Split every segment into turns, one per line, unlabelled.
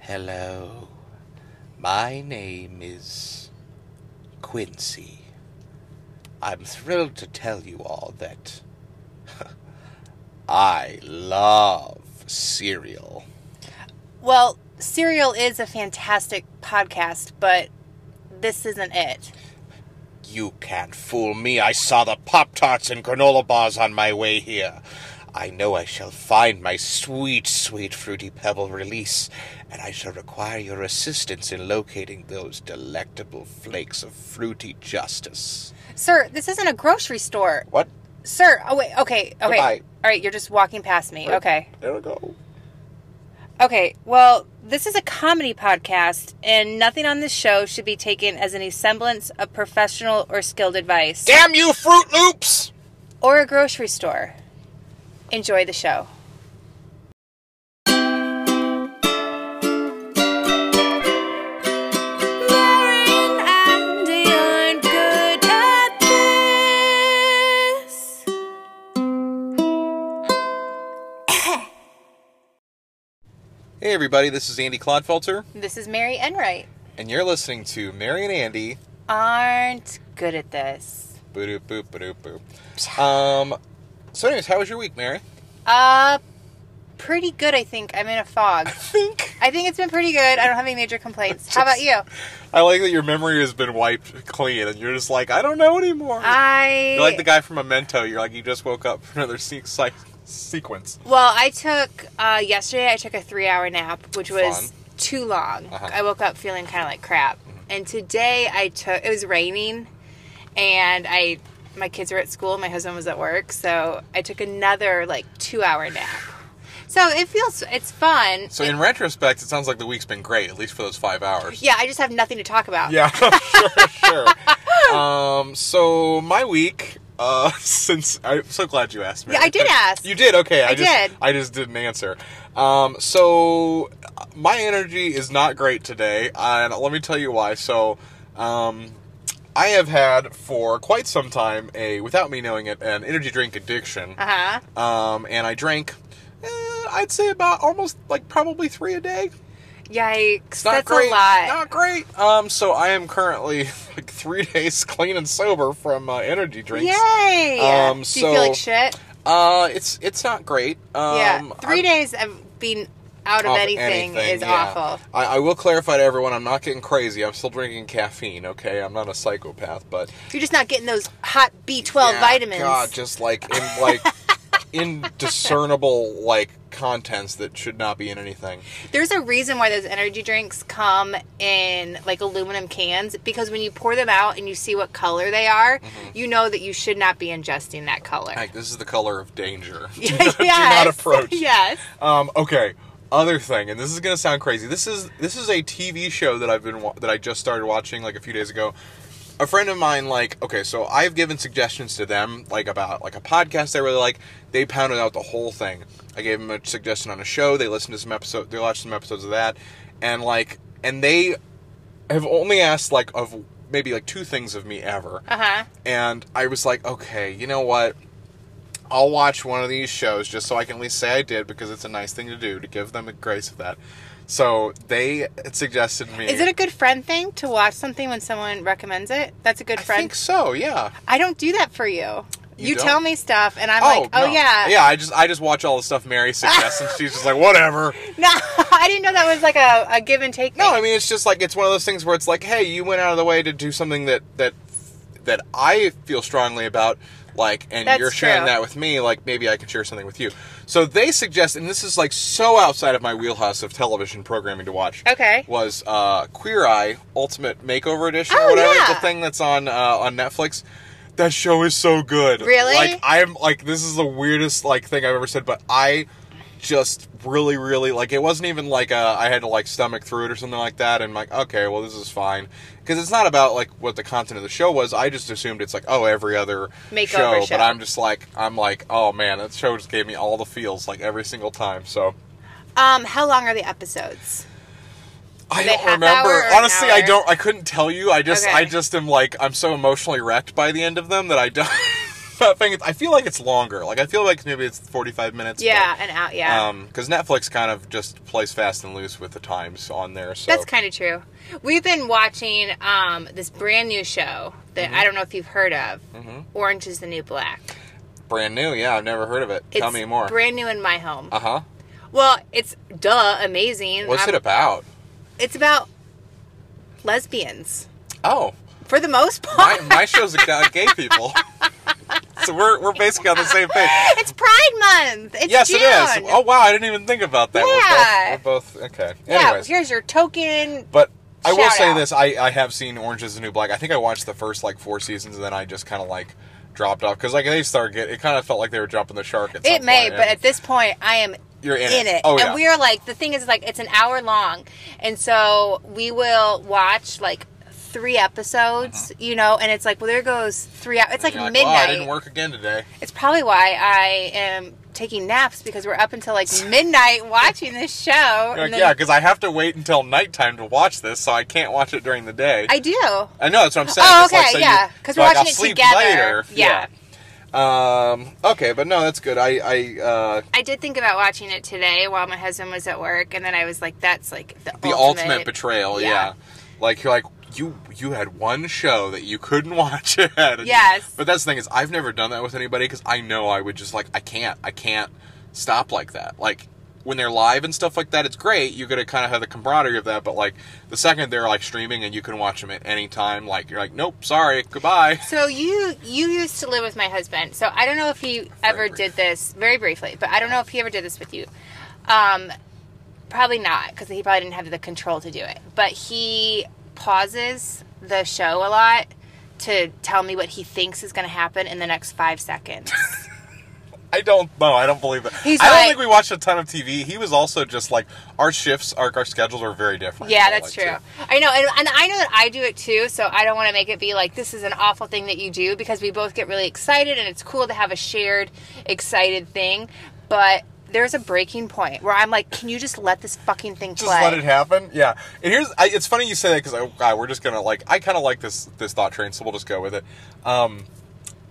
Hello. My name is Quincy. I'm thrilled to tell you all that I love cereal.
Well, Serial is a fantastic podcast, but this isn't it.
You can't fool me. I saw the Pop Tarts and granola bars on my way here. I know I shall find my sweet, sweet Fruity Pebble release, and I shall require your assistance in locating those delectable flakes of fruity justice.
Sir, this isn't a grocery store.
What?
Sir, oh wait, okay, okay.
Goodbye.
All right, you're just walking past me. Okay.
There we go.
Okay, well, this is a comedy podcast, and nothing on this show should be taken as any semblance of professional or skilled advice
Damn you, Fruit Loops!
or a grocery store. Enjoy the show.
Hey, everybody, this is Andy Clodfelter,
This is Mary Enright.
and you're listening to Mary and Andy.
Aren't good at this.
Boop, boop, boop, boop. Um, so, anyways, how was your week, Mary?
Uh, pretty good, I think. I'm in a fog.
Think.
I think it's been pretty good. I don't have any major complaints. How about you?
I like that your memory has been wiped clean, and you're just like, I don't know anymore.
I
You're like the guy from Memento. You're like, you just woke up from another se- si- sequence.
Well, I took uh, yesterday. I took a three-hour nap, which was
Fun.
too long.
Uh-huh. Mm-hmm.
I woke up feeling kind of like crap. And today I took. It was raining, and I my kids were at school. My husband was at work, so I took another like two-hour nap. So it feels it's fun.
So in retrospect, it sounds like the week's been great, at least for those five hours.
yeah, I just have nothing to talk about.
Yeah, sure, sure. Um, so my week, uh, since I'm so glad you asked me.
Yeah, I did ask.
You did. Okay, I, just,
did.
I just didn't answer. Um, so uh, my energy is not great today, and let me tell you why. So, um, I have had for quite some time a, without me knowing it, an energy drink addiction.
Uh huh.
um, and I drank, eh, I'd say about almost like probably three a day.
Yikes!
It's not
That's
great.
a lot.
Not great. Um, so I am currently like three days clean and sober from uh, energy drinks.
Yay!
Um,
Do
so-
you feel like shit?
Uh, it's it's not great. Um,
yeah, 3
I'm-
days of being out of,
off
anything, is
yeah.
awful.
I, I will clarify to everyone: I'm not getting crazy. I'm still drinking caffeine. Okay, I'm not a psychopath, but
You're just not getting those hot B12
Yeah,
vitamins.
God, just like in like indiscernible like contents that should not be in anything.
There's a reason why those energy drinks come in like aluminum cans because when you pour them out and you see what color they are,
Mm-hmm.
you know that you should not be ingesting that color.
Like this is the color of danger. Do
yes.
not- do not approach.
Yes.
Um, okay. Other thing, and this is gonna sound crazy. This is this is a TV show that I've been wa- that I just started watching like a few days ago. A friend of mine, like, okay, so I've given suggestions to them, like about like a podcast they really like. They pounded out the whole thing. I gave them a suggestion on a show. They listened to some episode. They watched some episodes of that, and like, and they have only asked like of maybe like two things of me ever
Uh huh.
and I was like, okay, you know what? I'll watch one of these shows just so I can at least say I did because it's a nice thing to do to give them the grace of that. So they suggested me.
Is it a good friend thing to watch something when someone recommends it? That's a good
I
friend.
think so. Yeah.
I don't do that for you.
You
You,
don't?
tell me stuff and I'm like, oh
no.
yeah.
Yeah. I just I just watch all the stuff Mary suggests, and she's just like, whatever.
No, I didn't know that was like a, a give and take.
No,
thing.
I mean it's just like it's one of those things where it's like, hey, you went out of the way to do something that that that I feel strongly about, like, and
That's
you're sharing
true.
that with me. Like, maybe I can share something with you. So they suggest, and this is like so outside of my wheelhouse of television programming to watch.
Okay.
Was uh, Queer Eye Ultimate Makeover Edition or
Oh,
whatever
yeah.
the thing that's on uh, on Netflix? That show is so good.
Really?
Like I'm like this is the weirdest like thing I've ever said, but I just really, really like it wasn't even like uh, I had to like stomach through it or something like that. And like, okay, well, this is fine because it's not about like what the content of the show was. I just assumed it's like oh every other
Makeover show.
but I'm just like I'm like oh man, that show just gave me all the feels like every single time. So
Um, how long are the episodes?
I
they
don't
half
remember.
hour or an
Honestly, I
hour?
don't. I couldn't tell you. I just
Okay.
I just am like I'm so emotionally wrecked by the end of them that I don't. that thing. I feel like it's longer. Like I feel like maybe it's forty five minutes. but,
Yeah, and out. Yeah,
um, because Netflix kind of just plays fast and loose with the times on there. So
that's kind of true. We've been watching um, this brand new show
Mm-hmm.
that I don't know if you've heard of. Orange is the New Black.
brand new. Yeah, I've never heard of it. Tell me more.
Brand new in my home.
uh huh.
well, it's duh amazing.
What's it
I'm-
about?
It's about lesbians
Oh,
for the most part.
my, my show's about gay people. so we're we're basically on the same page.
it's Pride Month. It's
Yes,
June.
it is. Oh wow, I didn't even think about that.
Yeah.
We're, both, we're both okay.
yeah.
Anyways,
Here's your token.
but I will
Shout
say
out.
this: I I have seen Orange Is the New Black. I think I watched the first like four seasons, and then I just kind of like dropped off because like they started get it kind of felt like they were jumping the shark. At
It
some
may,
point,
but
and
at this point, I am
you're in,
in it.
Oh yeah.
And we are like, the thing is, like, it's an hour long. And so we will watch, like, three episodes, you know, and it's like, well, there goes three hours. It's like
Mm-hmm. You're
midnight.
"Wow, I didn't work again today.
It's probably why I am taking naps because we're up until like midnight watching this show.
You're
and
like,
then
yeah, because I have to wait until nighttime to watch this, so I can't watch it during the day.
I do.
I know that's what I'm saying.
Oh,
It's like,
okay,
so
yeah,
you-
'cause
so
we're
like,
watching
I'll
it
sleep
together.
later.
Yeah.
Um. Okay, but no, that's good. I. I. Uh,
I did think about watching it today while my husband was at work, and then I was like, that's like the,
the ultimate, betrayal. Yeah.
yeah.
Like you're like you you had one show that you couldn't watch ahead.
Yes.
But that's the thing is I've never done that with anybody because I know I would just like I can't I can't stop like that like. When they're live and stuff like that, it's great. You're gonna kind of have the camaraderie of that, but like the second they're like streaming and you can watch them at any time, like you're like, nope, sorry, goodbye.
So you you used to live with my husband. So I don't know if he ever
brief.
did this very briefly, but I don't know if he ever did this with you. Um, probably not because he probably didn't have the control to do it. But he pauses the show a lot to tell me what he thinks is going to happen in the next five seconds.
I don't know. I don't believe that.
He's
I don't
like-
think we watched a ton of TV. He was also just like our shifts, our, our schedules are very different.
Yeah,
So,
that's
like,
true.
yeah.
I know, and, and I know that I do it too. So I don't want to make it be like this is an awful thing that you do because we both get really excited, and it's cool to have a shared excited thing. But there's a breaking point where I'm like, can you just let this fucking thing
just
play?
let it happen. Yeah, and here's I, it's funny you say that because oh god, we're just gonna like I kind of like this this thought train, so we'll just go with it. Um,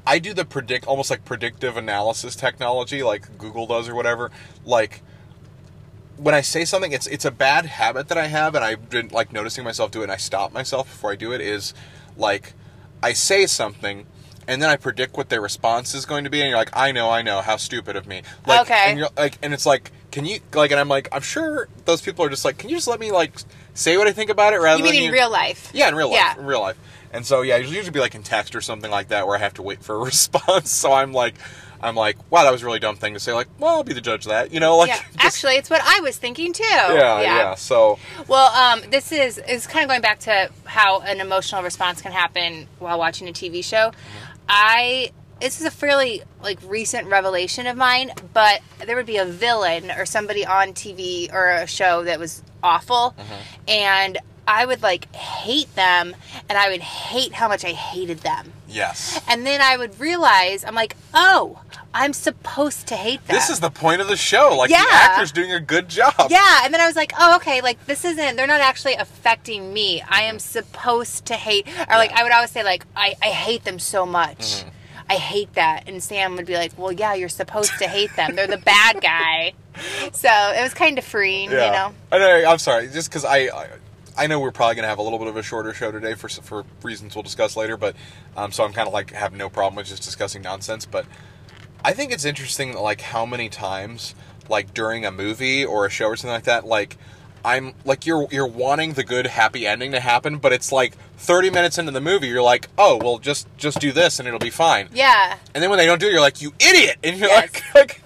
I do the predict almost like predictive analysis technology, like Google does or whatever. Like when I say something, it's it's a bad habit that I have, and I've been like noticing myself do it, and I stop myself before I do it. Is like I say something. And then I predict what their response is going to be, and you're like, "I know, I know, how stupid of me." Like,
Okay.
And you're like and it's like can you like and i'm like i'm sure those people are just like can you just let me like say what i think about it rather
you mean
than
in real life?
yeah in real life
Yeah.
in real life and so yeah it'll usually be like in text or something like that where i have to wait for a response so i'm like i'm like wow that was a really dumb thing to say like well i'll be the judge of that you know like
Yeah. Actually, it's what I was thinking too.
yeah, yeah so
Well, um, this is is kind of going back to how an emotional response can happen while watching a TV show.
Mm-hmm.
I this is a fairly like recent revelation of mine, but there would be a villain or somebody on TV or a show that was awful,
Mm-hmm.
and I would like hate them, and I would hate how much I hated them,
yes
and then I would realize I'm like, oh, I'm supposed to hate them.
this is the point of the show like
Yeah.
the actor's doing a good job
Yeah, and then I was like, oh, okay, like this isn't, they're not actually affecting me. I
Mm-hmm.
am supposed to hate, or like I would always say, like, I, I hate them so much.
Mm-hmm.
I hate that. And Sam would be like, well, yeah, you're supposed to hate them. They're the bad guy. So it was kind of freeing, you know?
I know. I'm sorry, just because I, I, I know we're probably gonna have a little bit of a shorter show today for s- for reasons we'll discuss later. But um, so I'm kind of like have no problem with just discussing nonsense. But I think it's interesting like how many times like during a movie or a show or something like that, like. I'm like you're you're wanting the good happy ending to happen, but it's like 30 minutes into the movie, you're like, oh well, just just do this and it'll be fine.
Yeah.
And then when they don't do it, you're like, you idiot! And you're
Yes.
like, like,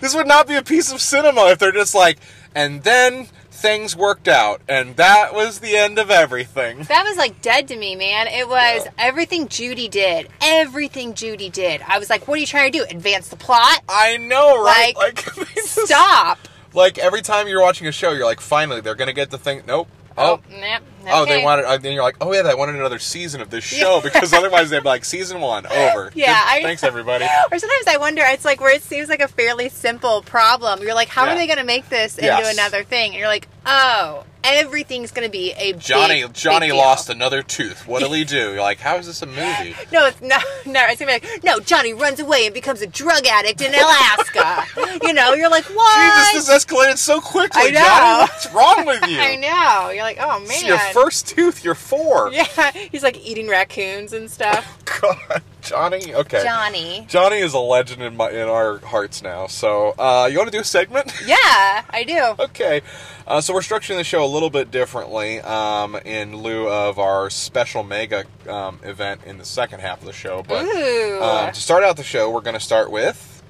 this would not be a piece of cinema if they're just like, and then things worked out, and that was the end of everything.
That was like dead to me, man. It was
Yeah.
everything Judy did. Everything Judy did. I was like, what are you trying to do? Advance the plot?
I know, right?
Like,
Like, they just-
Stop.
Like, every time you're watching a show, you're like, finally, they're going to get the thing. Nope. Oh,
yep.
Oh, they
Okay.
wanted. Uh, then you're like, oh yeah, they wanted another season of this show because otherwise they'd be like, season one over.
Yeah,
Good-
I-
thanks everybody.
Or sometimes I wonder, it's like where it seems like a fairly simple problem. You're like, how
Yeah.
are they going to make this into
Yes.
another thing? And you're like, oh, everything's going to be a big-
Johnny
big
Johnny
deal.
lost another tooth. What'll he do? You're like, how is this a movie?
No, it's no, no. It's gonna be like, no. Johnny runs away and becomes a drug addict in Alaska. you know, you're like, what?
Jesus, this escalated so quickly,
I know.
Johnny. What's wrong with you?
I know. You're like, oh man.
It's your first tooth. You're four.
yeah, he's like eating raccoons and stuff.
God, Johnny. Okay.
Johnny.
Johnny is a legend in my in our hearts now. So, uh, you want to do a segment?
Yeah, I do.
okay. Uh, so we're structuring the show a little bit differently um, in lieu of our special mega um, event in the second half of the show. But
Ooh.
um, to start out the show, we're going to start with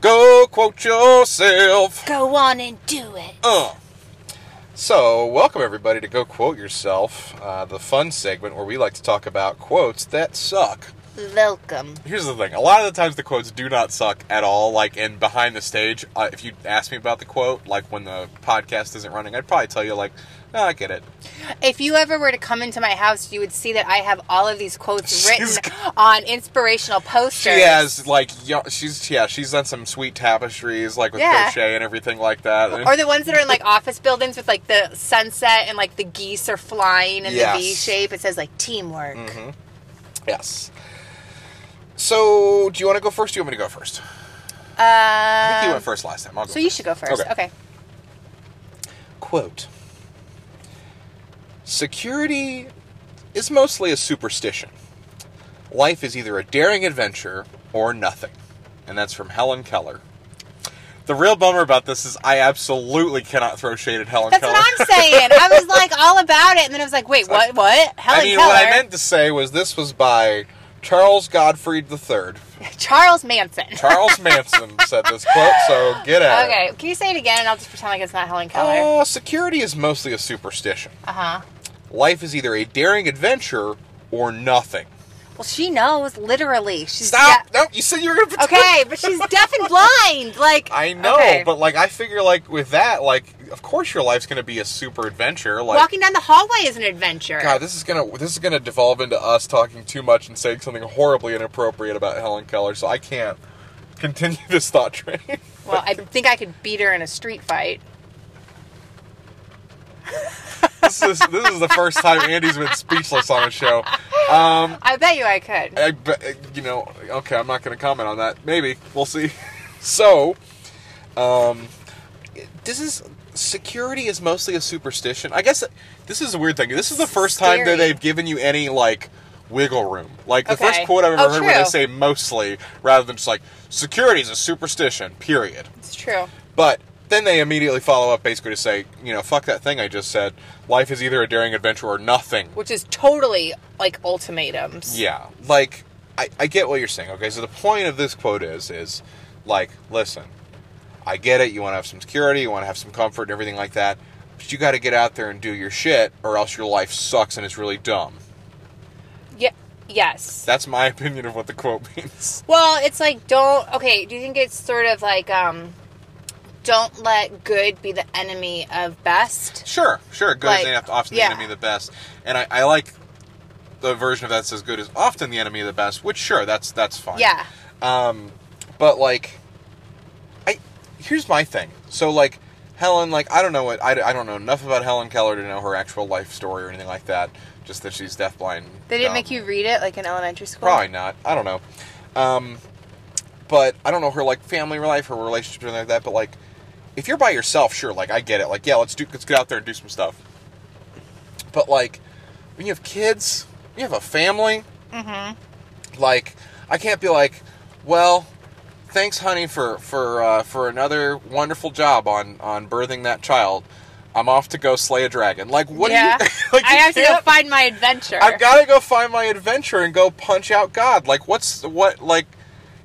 "Go Quote Yourself."
Go on and do it.
Uh. So, welcome everybody to Go Quote Yourself, uh, the fun segment where we like to talk about quotes that suck.
Welcome.
Here's the thing: a lot of the times the quotes do not suck at all. Like in behind the stage, uh, if you ask me about the quote, like when the podcast isn't running, I'd probably tell you like, "Ah, I get it.
If you ever were to come into my house, you would see that I have all of these quotes
She's
written
got-
on inspirational
She
posters.
has like yo- she's yeah she's done some sweet tapestries like with
Yeah.
crochet and everything like that.
Or the ones that are in like office buildings with like the sunset and like the geese are flying in
Yes. Mm-hmm.
the V shape. It says like teamwork.
yes. So, do you want to go first? Do you want me to go first? I think you
Uh,
went first last time. I'll go
so you should go first.
Okay.
Okay.
Quote Security is mostly a superstition. Life is either a daring adventure or nothing. And that's from Helen Keller. The real bummer about this is I absolutely cannot throw shade at Helen
That's
Keller.
what I'm saying. I was like all about it, and then I was like, wait, what? What? Helen
I mean,
Keller,
what I meant to say was this was by Charles Godfrey III.
Charles Manson.
Charles Manson said this quote, so get at it.
Okay, can you say it again, and I'll just pretend like it's not Helen Keller.
Uh, security is mostly a superstition.
Uh huh.
Life is either a daring adventure or nothing.
Well, she knows literally. She's
Stop!
de-
no, you said you were gonna. Pretend.
okay, but she's deaf and blind. Like
I know,
okay.
but like I figure, like with that, like of course your life's gonna be a super adventure. Like
walking down the hallway is an adventure.
God, this is gonna this is gonna devolve into us talking too much and saying something horribly inappropriate about Helen Keller. So I can't continue this thought train.
Well, I think I could beat her in a street fight.
this is this is the first time Andy's been speechless on a show. Um,
I bet you I could.
I, bet- you know, okay, I'm not going to comment on that. Maybe we'll see. So, um, this is security is mostly a superstition. I guess this is a weird thing. This is the first time that
Scary.
they've given you any like wiggle room. Like the first
Okay.
quote I've ever
Oh,
heard where they
true.
say mostly rather than just like security is a superstition. Period.
It's true.
But then they immediately follow up basically to say, you know, fuck that thing I just said. Life is either a daring adventure or nothing.
Which is totally like ultimatums.
Yeah, like I, I get what you're saying. Okay, so the point of this quote is is like, listen, I get it. You want to have some security, you want to have some comfort and everything like that, but you got to get out there and do your shit, or else your life sucks and it's really dumb.
Yeah. Yes.
That's my opinion of what the quote means.
well, it's like don't. Okay. Do you think it's sort of like um, don't let good be the enemy of best?
Sure, sure. Good
Like,
is enough, often
yeah.
the enemy of the best, and I, I like the version of that says good is often the enemy of the best. Which sure, that's that's fine.
Yeah.
Um, but like, I here's my thing. So like, Helen, like I don't know what I, I don't know enough about Helen Keller to know her actual life story or anything like that. Just that she's deafblind.
They didn't
Um,
make you read it like in elementary school.
Probably not. I don't know. Um, but I don't know her like family life, her relationship, or anything like that. But like, if you're by yourself, sure, like I get it. Like, yeah, let's do, let's get out there and do some stuff. But like, when you have kids, when you have a family. Mm-hmm. Like, I can't be like, well, thanks, honey, for for uh, for another wonderful job on on birthing that child. I'm off to go slay a dragon. Like, what?
yeah.
Do you, like,
I
you
have to go
can't-
find my adventure.
I've got to go find my adventure and go punch out God. Like, what's what? Like,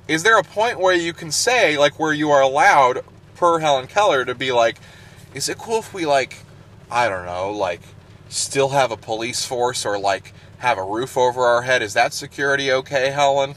is there a point where you can say like where you are allowed, per Helen Keller, to be like, is it cool if we like, I don't know, like, still have a police force or like have a roof over our head? Is that security okay, Helen?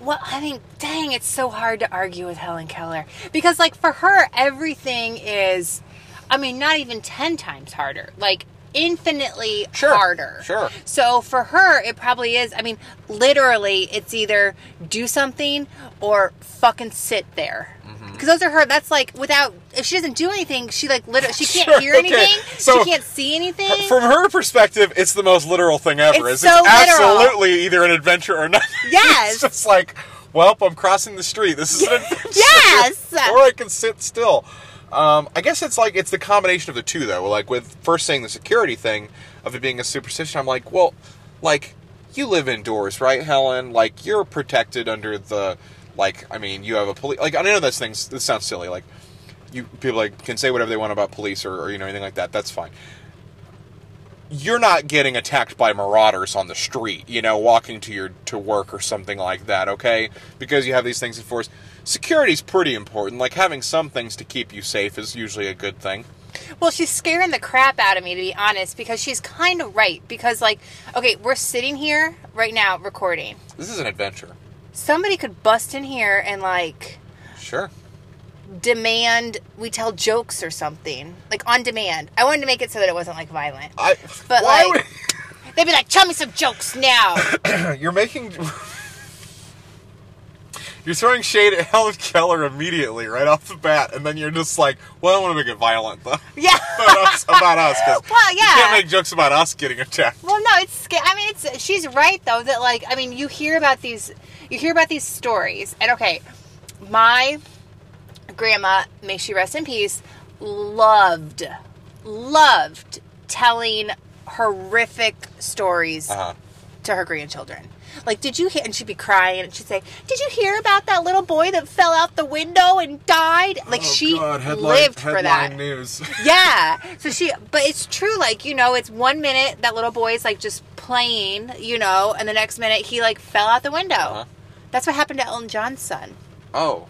Well, I mean, dang, it's so hard to argue with Helen Keller because, like, for her, everything is, I mean, not even 10 times harder. Like, infinitely
Sure,
harder.
sure.
So for her, it probably is. I mean, literally, it's either do something or fucking sit there.
Mm-hmm.
Because those are her. That's like without. If she doesn't do anything, she like literally she can't
Sure,
hear
okay.
anything.
So,
she can't see anything.
From her perspective, it's the most literal thing ever.
It's
It's,
so literal.
absolutely either an adventure or not.
Yes.
it's just like, well, I'm crossing the street. This is an adventure.
Yes.
or I can sit still. Um, I guess it's like it's the combination of the two, though. Like with first saying the security thing of it being a superstition, I'm like, well, like you live indoors, right, Helen? Like you're protected under the, like I mean, you have a police. Like I know that's things. This sounds silly. Like you people like can say whatever they want about police or, or you know anything like that. That's fine you're not getting attacked by marauders on the street, you know, walking to your to work or something like that, okay? Because you have these things enforced. Security's pretty important. Like having some things to keep you safe is usually a good thing.
Well, she's scaring the crap out of me, to be honest, because she's kind of right. Because, like, okay, we're sitting here right now recording.
This is an adventure.
Somebody could bust in here and, like,
Sure.
demand we tell jokes or something. Like, on demand. I wanted to make it so that it wasn't, like, violent.
I
But,
why
like, they'd be like, tell me some jokes now.
would- you're making You're throwing shade at Helen Keller immediately, right off the bat, and then you're just like, well, I don't want to make it violent though.
yeah.
about us, about us, 'cause
Well,
you can't
yeah.
make jokes about us getting attacked.
Well, no, it's. sca- I mean, it's. She's right though that like I mean, you hear about these, you hear about these stories, and okay, my grandma, may she rest in peace, loved, loved telling horrific stories
Uh-huh.
to her grandchildren. Like, did you hear? And she'd be crying, and she'd say, "Did you hear about that little boy that fell out the window and died?"
Oh,
Like, she lived for that.
news.
Yeah. So she, but it's true. Like you know, it's one minute that little boy is like just playing, you know, and the next minute he like fell out the window.
Uh-huh.
That's what happened to Elton John's son.
Oh.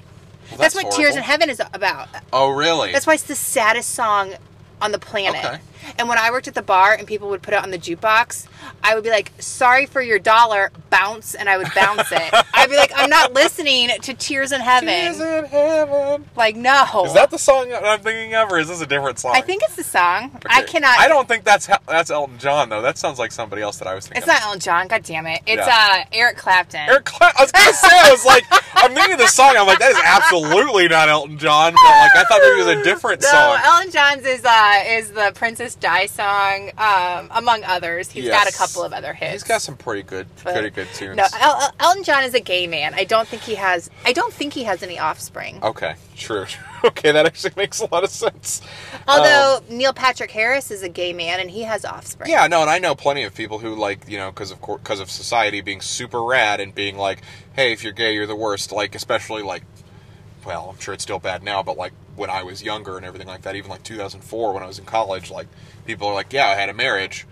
Well,
That's, what Tears in
horrible.
Heaven is about.
Oh, really?
That's why it's the saddest song on the planet.
Okay.
And when I worked at the bar and people would put it on the jukebox, I would be like, "Sorry for your dollar, bounce," and I would bounce it. I'd be like, "I'm not listening to Tears in Heaven."
Tears in heaven.
Like no.
Is that the song that I'm thinking of, or is this a different song?
I think it's the song. I
Okay.
cannot.
I don't think that's how, that's Elton John though. That sounds like somebody else that I was thinking.
It's
of.
not Elton John. God damn it! It's
Yeah.
uh, Eric Clapton.
Eric Clapton. I was gonna say I was like I'm thinking of this song. I'm like that is absolutely not Elton John. But like I thought maybe it was a different
no,
song.
Elton John's is uh, is the Princess Di song, um, among others. He's got a
Yes.
couple of other hits.
He's got some pretty good,
But-
pretty good tunes.
No, El- El- Elton John is a gay man. I don't think he has. I don't think he has any offspring.
okay, true. okay, that actually makes a lot of sense.
Although Neil Patrick Harris is a gay man and he has offspring.
um, Yeah, no, and I know plenty of people who like you know because of because of society being super rad and being like, hey, if you're gay, you're the worst. Like especially like, well, I'm sure it's still bad now, but like when I was younger and everything like that, even like 2004 when I was in college, like people are like, yeah, I had a marriage,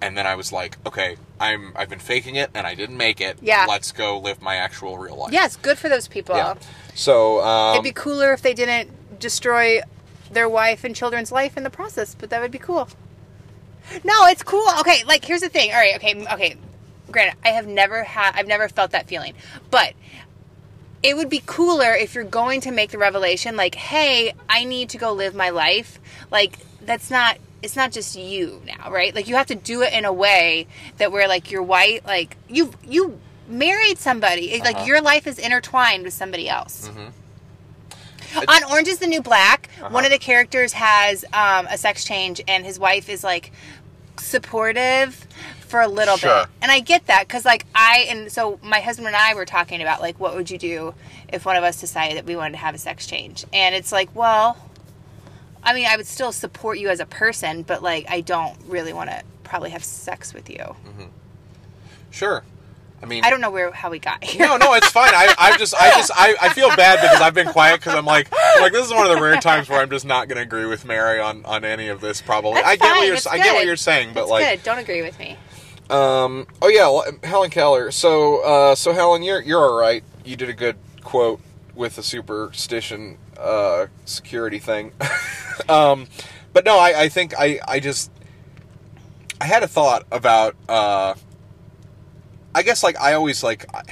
and then I was like, okay, I'm I've been faking it and I didn't make it.
Yeah.
let's go live my actual real life.
Yes, good for those people.
yeah. So um,
It'd be cooler if they didn't destroy their wife and children's life in the process, but that would be cool. No, it's cool. Okay, like here's the thing. All right, okay, m- okay. Granted, I have never had I've never felt that feeling. But it would be cooler if you're going to make the revelation like, "Hey, I need to go live my life." Like that's not it's not just you now, right? Like you have to do it in a way that where like you're white, like you you married somebody. It- Like your life is intertwined with somebody else on Orange is the New Black,
Uh-huh.
one of the characters has um, a sex change, and his wife is like supportive for a little
Sure.
bit. And I get that because, like, I and so my husband and I were talking about like, what would you do if one of us decided that we wanted to have a sex change? And it's like, well, I mean, I would still support you as a person, but like, I don't really want to probably have sex with you.
Mm-hmm. sure. I mean,
I don't know where how we got here.
No, no, it's fine. I, I just, I just, I, I feel bad because I've been quiet because I'm like, I'm like this is one of the rare times where I'm just not going to agree with Mary on, on any of this. Probably,
That's
I get
fine,
what you're,
it's
I get what
good.
you're saying, but
That's
like,
good. Don't agree with me.
um, oh yeah, well, Helen Keller. So, uh, so Helen, you're, you're all right. You did a good quote with the superstition, uh, security thing. um, but no, I, I think I, I just, I had a thought about, uh, I guess like I always like. I,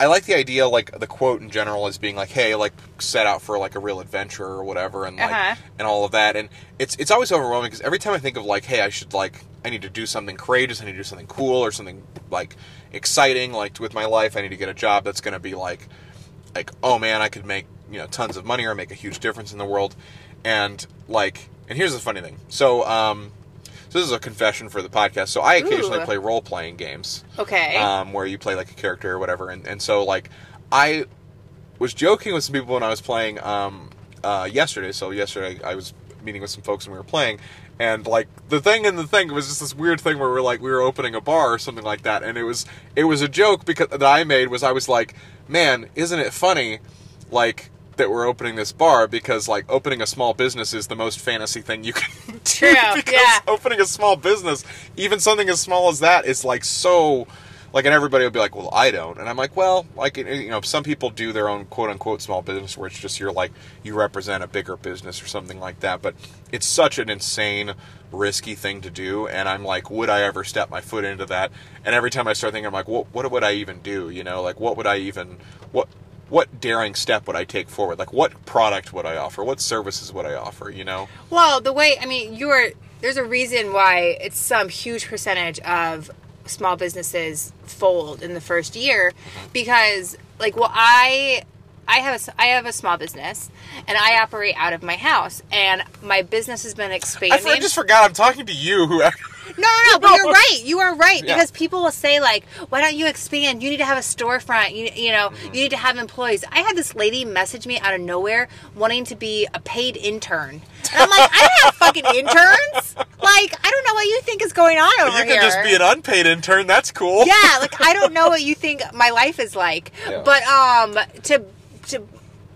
I like the idea, like the quote in general, is being like, "Hey, like set out for like a real adventure or whatever," and like
Uh-huh.
and all of that. And it's it's always overwhelming because every time I think of like, "Hey, I should like I need to do something courageous, I need to do something cool or something like exciting, like with my life, I need to get a job that's going to be like like oh man, I could make you know tons of money or make a huge difference in the world." And like, and here's the funny thing. So um, so this is a confession for the podcast. So I occasionally
Ooh.
play role playing games
Okay.
um, where you play like a character or whatever. And, and so like I was joking with some people when I was playing um, uh, yesterday. So yesterday I was meeting with some folks and we were playing. And like the thing and the thing was just this weird thing where we're like we were opening a bar or something like that, and it was it was a joke because that I made was I was like, man, isn't it funny, like that we're opening this bar because like opening a small business is the most fantasy thing you can do
True,
because
yeah.
opening a small business, even something as small as that, is like so. Like, and everybody will be like, "Well, I don't," and I'm like, "Well, like, you know, some people do their own quote unquote small business, where it's just you're like you represent a bigger business or something like that." But it's such an insane, risky thing to do, and I'm like, "Would I ever step my foot into that?" And every time I start thinking, I'm like, "What? What would I even do? You know, like, what would I even what?" What daring step would I take forward? Like, what product would I offer? What services would I offer? You know?
Well, the way I mean, you're there's a reason why it's some huge percentage of small businesses fold in the first year because like well I I have a s I have a small business and I operate out of my house and my business has been
I,
expanding.
for- I just forgot I'm talking to you. Who?
No, no, no. But you're right. You are right
Yeah.
because people will say like, "Why don't you expand? You need to have a storefront. You you know,
Mm-hmm.
you need to have employees." I had this lady message me out of nowhere wanting to be a paid intern, and I'm like, "I don't have fucking interns. Like, I don't know what you think is going on over
you
here."
can just be an unpaid intern. That's cool.
yeah, like I don't know what you think my life is like,
Yeah.
but um, to to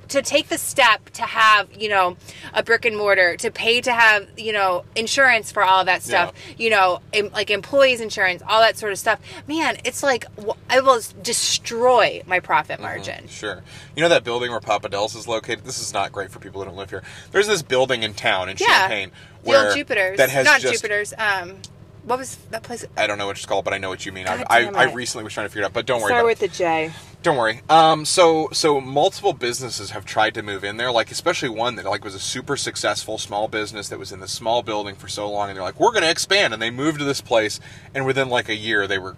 to take the step to have you know a brick and mortar to pay to have you know insurance for all of that stuff you know em- like employees insurance all that sort of stuff man it's like w- i will s- destroy my profit
Mm-hmm.
margin
Sure. You know that building where Papa Del's is located? This is not great for people who don't live here. There's this building in town in
Yeah.
Champaign
the
where
old jupiters
that has
not
just
jupiters um what was that place
I don't know what it's called, but I know what you mean. I,
God
I,
damn
I
it.
recently was trying to figure it out, but don't worry
start
about it.
with the j
Don't worry. Um, so so multiple businesses have tried to move in there, like especially one that like was a super successful small business that was in this small building for so long, and they're like, we're going to expand, and they moved to this place, and within like a year they were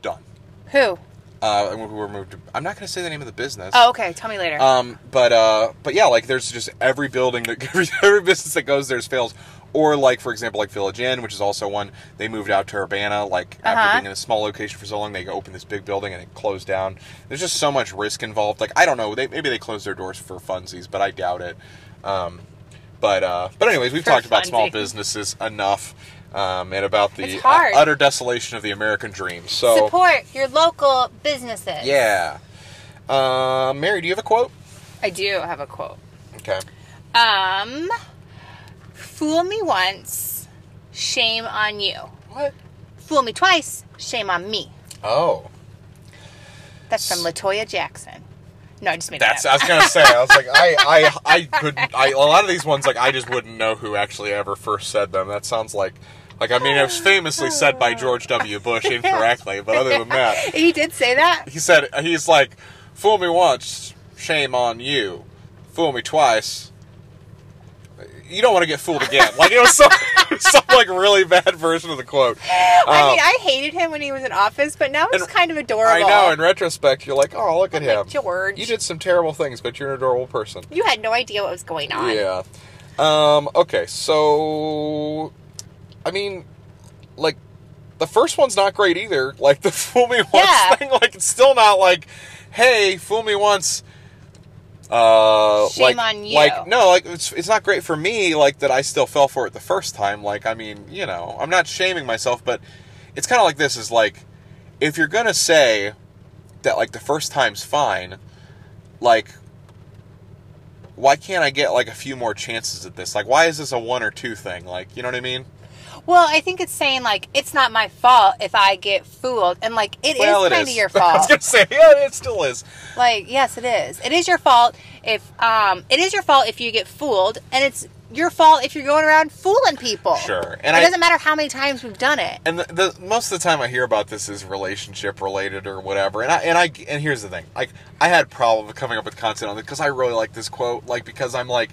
done.
who
Uh, and we were moved. To, I'm not going to say the name of the business.
oh okay tell me later
Um, but uh, but yeah, like there's just every building that every, every business that goes there's fails. Or like for example, like Village Inn, which is also one they moved out to Urbana. Like
Uh-huh.
after being in a small location for so long, they opened this big building and it closed down. There's just so much risk involved. Like I don't know, they, maybe they closed their doors for funsies, but I doubt it. Um, but uh, but anyways, we've
For
talked about small
funsies.
businesses enough. Um, and about the
It's hard.
utter desolation of the American dream. So
support your local businesses
yeah, uh, Mary, do you have a quote?
i do have a quote
Okay.
Um, fool me once, shame on you.
What?
Fool me twice, shame on me.
Oh,
That's from Latoya Jackson. No, I just made
that's.
that
I
up.
was gonna say. I was like, I, I, I could. I, a lot of these ones, like, I just wouldn't know who actually ever first said them. That sounds like, like, I mean, it was famously said by George W. Bush incorrectly, but other than that,
he did say that.
he said he's like, "Fool me once, shame on you. Fool me twice." You don't want to get fooled again. Like it was some, some like really bad version of the quote.
I mean,
Um,
I hated him when he was in office, but now he's
and-
kind of adorable.
I know. In retrospect, you're like, "Oh, look at
Like
him.
George.
You did some terrible things, but you're an adorable person."
you had no idea what was going on.
Yeah. Um, okay, so I mean, like the first one's not great either. Like the fool me once
Yeah.
thing, like it's still not like, hey, fool me once. Uh,
Shame
like,
on you.
Like no, like it's it's not great for me. Like that, I still fell for it the first time. Like I mean, you know, I'm not shaming myself, but it's kind of like this: is like if you're gonna say that like the first time's fine, like why can't I get like a few more chances at this? Like why is this a one or two thing? Like you know what I mean?
Well, I think it's saying like it's not my fault if I get fooled, and like it is
well, it
kind of
is.
your
I was
fault.
gonna say yeah, it still is.
Like, yes, it is. It is your fault if um it is your fault if you get fooled and it's your fault if you're going around fooling people.
Sure.
And
And
it
I-
doesn't matter how many times we've done it.
and the, the most of the time I hear about this is relationship related or whatever. And I and I and here's the thing: like I had problem coming up with content on it because I really like this quote, like because I'm like,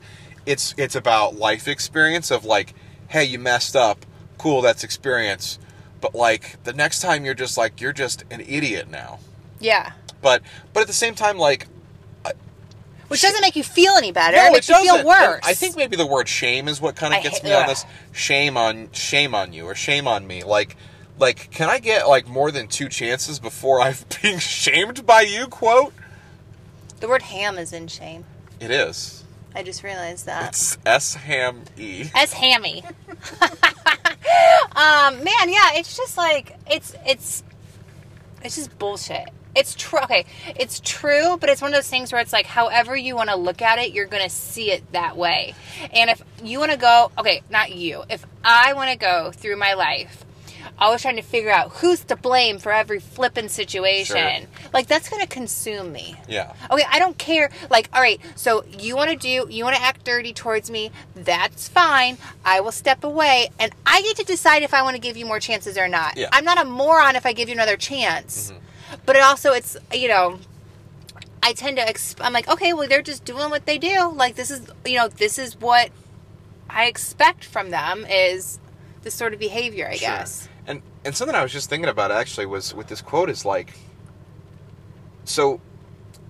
it's it's about life experience of like, hey, you messed up, cool, that's experience, but like the next time you're just like you're just an idiot now.
Yeah.
But but at the same time, like
Which doesn't make you feel any better. it makes
it
you feel
doesn't.
worse.
And I think maybe the word shame is what kind
I
of gets
hate-
me
ugh.
on this. Shame on shame on you or shame on me. Like like can I get like more than two chances before I've been shamed by you? Quote.
the word ham is in shame.
It is.
I just realized that.
It's S ham E.
That's hammy. um, man, yeah, it's just like it's it's it's just bullshit. It's true. Okay, it's true, but it's one of those things where it's like, however you want to look at it, you're gonna see it that way. And if you want to go, okay, not you. If I want to go through my life, always trying to figure out who's to blame for every flippin' situation, like that's gonna consume me.
Yeah.
Okay, I don't care. Like, all right, so you want to do, you want to act dirty towards me. That's fine. I will step away, and I get to decide if I want to give you more chances or not.
Yeah. Mm-hmm.
I'm not a moron if I give you another chance. But it also, it's you know, I tend to. Exp- I'm like, okay, well, they're just doing what they do. Like, this is you know, this is what I expect from them is this sort of behavior. I
Sure.
guess.
And and something I was just thinking about actually was with this quote is like so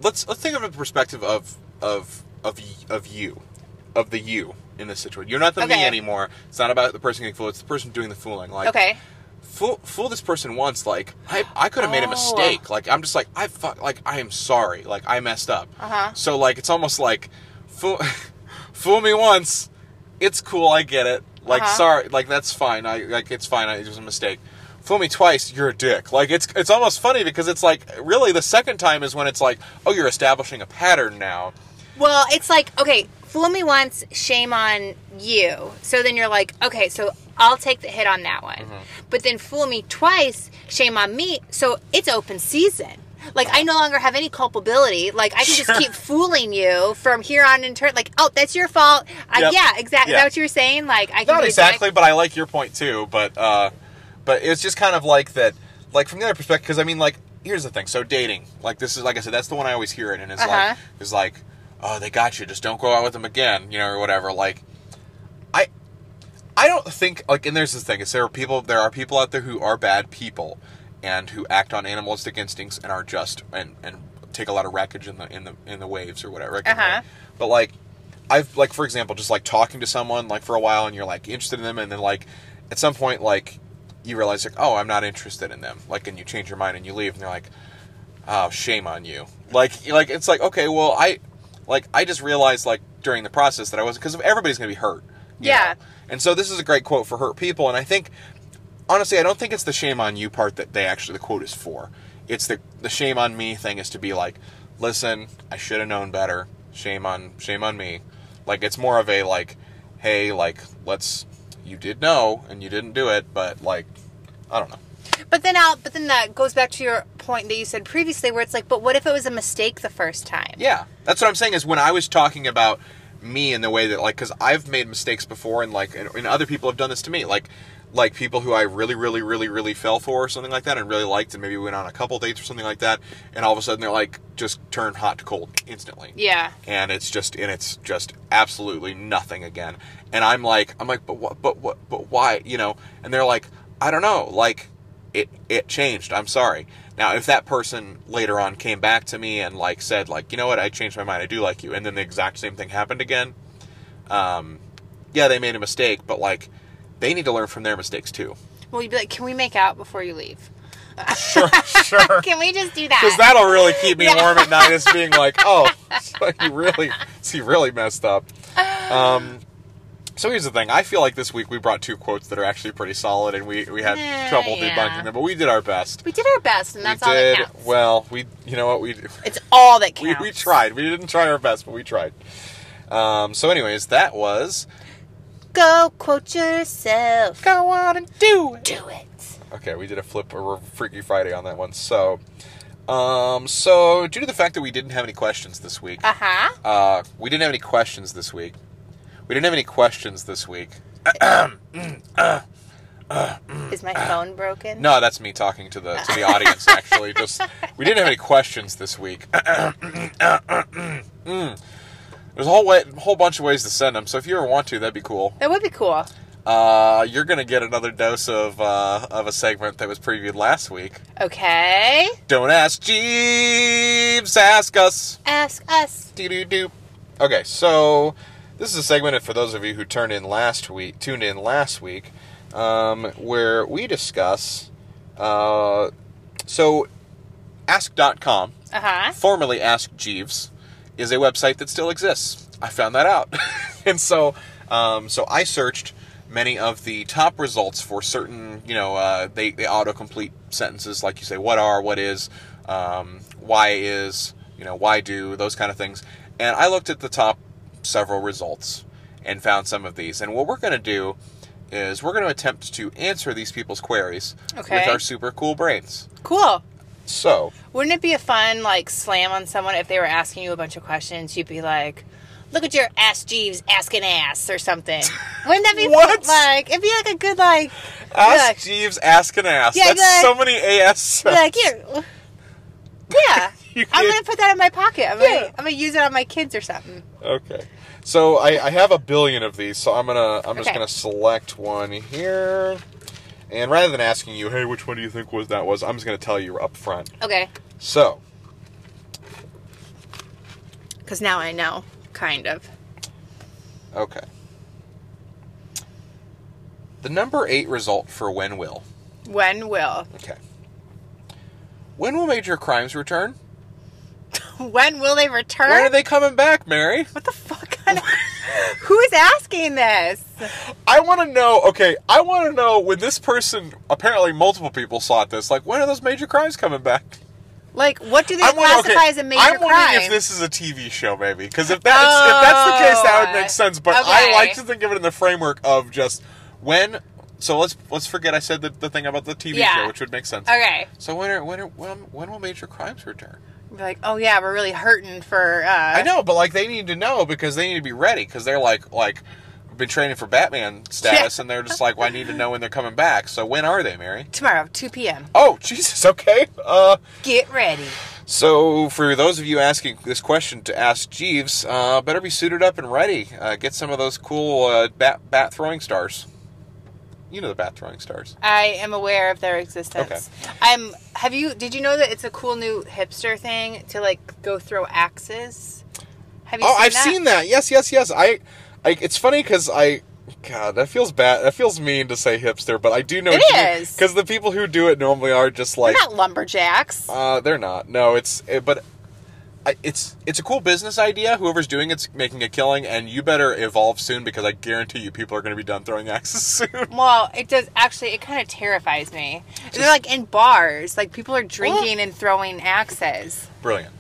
let's let's think of it the perspective of of of y- of you of the you in this situation. You're not the
Okay.
me anymore. It's not about the person getting fooled. It's the person doing the fooling. Like
Okay.
fool fool this person once. Like I I could have made
Oh.
a mistake. Like I'm just like I fuck. Like I am sorry. Like I messed up.
Uh huh.
So like it's almost like fool fool me once, it's cool, I get it. Like
Uh-huh.
sorry, like that's fine. I like it's fine. I, it was a mistake. Fool me twice, you're a dick. Like it's it's almost funny because it's like really the second time is when it's like, oh, you're establishing a pattern now.
Well, it's like, okay, fool me once, shame on you. So then you're like, okay, so I'll take the hit on that one.
Mm-hmm.
But then fool me twice, shame on me. So it's open season. Like I no longer have any culpability. Like I can just
Sure.
keep fooling you from here on in turn. Like, oh, that's your fault. I,
Yep.
Yeah, exactly. Is
Yeah.
that what you were saying? Like I can
Not
do
exactly, but I like your point too. But uh, but it's just kind of like that, like from the other perspective. Because I mean, like here's the thing. So dating, like this is like I said, that's the one I always hear it, and it's
Uh-huh.
like it's like, oh, they got you. Just don't go out with them again, you know, or whatever. Like, I I don't think like, and there's this thing. Is there are people there are people out there who are bad people and who act on animalistic instincts and are just and and take a lot of wreckage in the in the in the waves or whatever. Like,
Uh-huh.
But like, I've like for example, just like talking to someone like for a while and you're like interested in them, and then like at some point like you realize like oh I'm not interested in them, like and you change your mind and you leave, and they're like oh shame on you like like it's like okay well i like i just realized like during the process that i wasn't because everybody's gonna be hurt you
Yeah.
know? and so this is a great quote for hurt people and i think honestly i don't think it's the shame on you part that they actually the quote is for it's the the shame on me thing is to be like listen i should have known better shame on shame on me like it's more of a like hey like let's you did know and you didn't do it but like i don't know
But then out but then that goes back to your point that you said previously where it's like, but what if it was a mistake the first time?
Yeah, that's what I'm saying. Is when I was talking about me in the way that like, because I've made mistakes before, and like, and, and other people have done this to me, like, like people who I really, really, really, really fell for or something like that, and really liked, and maybe went on a couple dates or something like that, and all of a sudden they're like just turn hot to cold instantly
Yeah.
and it's just and it's just absolutely nothing again. And I'm like, I'm like, but what, but what, but why, you know? And they're like, I don't know, like it it changed. I'm sorry. Now, if that person later on came back to me and like said, like, you know what, I changed my mind, I do like you, and then the exact same thing happened again, um, yeah, they made a mistake, but like, they need to learn from their mistakes too.
Well you'd be like, Can we make out before you leave?
Sure, sure.
Can we just do
Because
that?
that'll really keep me
Yeah.
warm at night is being like, oh, you really, she really messed up. Um, so here's the thing. I feel like this week we brought two quotes that are actually pretty solid, and we, we had
Eh,
trouble
yeah.
debunking them, but we did our best.
We did our best, and that's
we
all
did
that counts.
well. We, you know what we
it's all that
we,
counts.
we tried. We didn't try our best, but we tried. Um, so, anyways, that was
Go quote yourself.
go out and do it.
Do it.
Okay, we did a flip or a Freaky Friday on that one. So, um, so due to the fact that we didn't have any questions this week,
Uh huh.
Uh, we didn't have any questions this week. We We didn't have any questions this week.
Is my phone broken?
Uh, No, that's me talking to the to the audience. Actually, just we didn't have any questions this week. Mm. There's a whole way, whole bunch of ways to send them. So if you ever want to, that'd be cool.
That would be cool.
Uh, you're gonna get another dose of uh, of a segment that was previewed last week.
Okay.
Don't ask Jeeves, ask us.
Ask us.
Doo doo doo. Okay, so this is a segment for those of you who turned in last week, tuned in last week, um, where we discuss. Uh, so, Ask.com,
Uh huh.
formerly Ask Jeeves, is a website that still exists. I found that out, and so um, so I searched many of the top results for certain. You know, uh, they they autocomplete sentences like you say, "What are?" "What is?" Um, "Why is?" You know, "Why do?" Those kind of things. And I looked at the top several results and found some of these. And what we're going to do is we're going to attempt to answer these people's queries
Okay.
with our super cool brains.
Cool.
So.
Wouldn't it be a fun like slam on someone if they were asking you a bunch of questions? You'd be like, "Look at your ass Jeeves asking ass" or something. Wouldn't that be
What?
fun? like? It'd be like a good like,
Ask
like-
Jeeves, ask and ask.
Yeah,
That's
you're
so
like-
many AS.
be like you. Yeah,
You
I'm
did.
gonna put that in my pocket. I'm gonna,
Yeah.
I'm gonna use it on my kids or something.
Okay. So I, I have a billion of these, so I'm gonna I'm just
Okay.
gonna select one here. And rather than asking you, hey, which one do you think was that was, I'm just gonna tell you up front.
Okay,
So
because now I know, kind of.
okay. The number eight result for when will.
When will?
Okay. When will major crimes return?
When will they return?
When are they coming back, Mary?
What the fuck? Kind of, who is asking this?
I want to know. Okay, I want to know when this person. Apparently, multiple people sought this. Like, when are those major crimes coming back?
Like, what do they
I'm wondering-
classify as a major
I'm wondering
crime?
if this is a TV show, maybe. Because if that's if that's the case, that would
Oh,
make sense. But I
okay.
like to think of it in the framework of just when. So let's let's forget I said the, the thing about the TV
Yeah.
show, which would make sense.
okay.
So when are, when are, when when will major crimes return?
Be like, oh yeah, we're really hurting for. Uh,
I know, but like they need to know because they need to be ready because they're like like been training for Batman status, and they're just like, well, I need to know when they're coming back. So when are they, Mary?
Tomorrow, 2 p.m.
Oh Jesus, okay. Uh,
Get ready.
So, for those of you asking this question to ask Jeeves, uh, better be suited up and ready. Uh, get some of those cool uh, bat bat throwing stars. You know the bat throwing stars.
I am aware of their existence. I'm. Have you? Did you know that it's a cool new hipster thing to like go throw axes? Have you?
oh,
seen
I've
that?
seen that. Yes, yes, yes. I, I it's funny because I, God, that feels bad. That feels mean to say hipster, but I do know
It is.
because the people who do it normally are just
They're
like
not lumberjacks.
Uh, they're not. No, it's it, but I, it's it's a cool business idea. Whoever's doing it's making a killing, and you better evolve soon because I guarantee you people are going to be done throwing axes soon.
well, it does actually. It kind of terrifies me. They're like in bars. Like people are drinking and throwing axes.
Brilliant.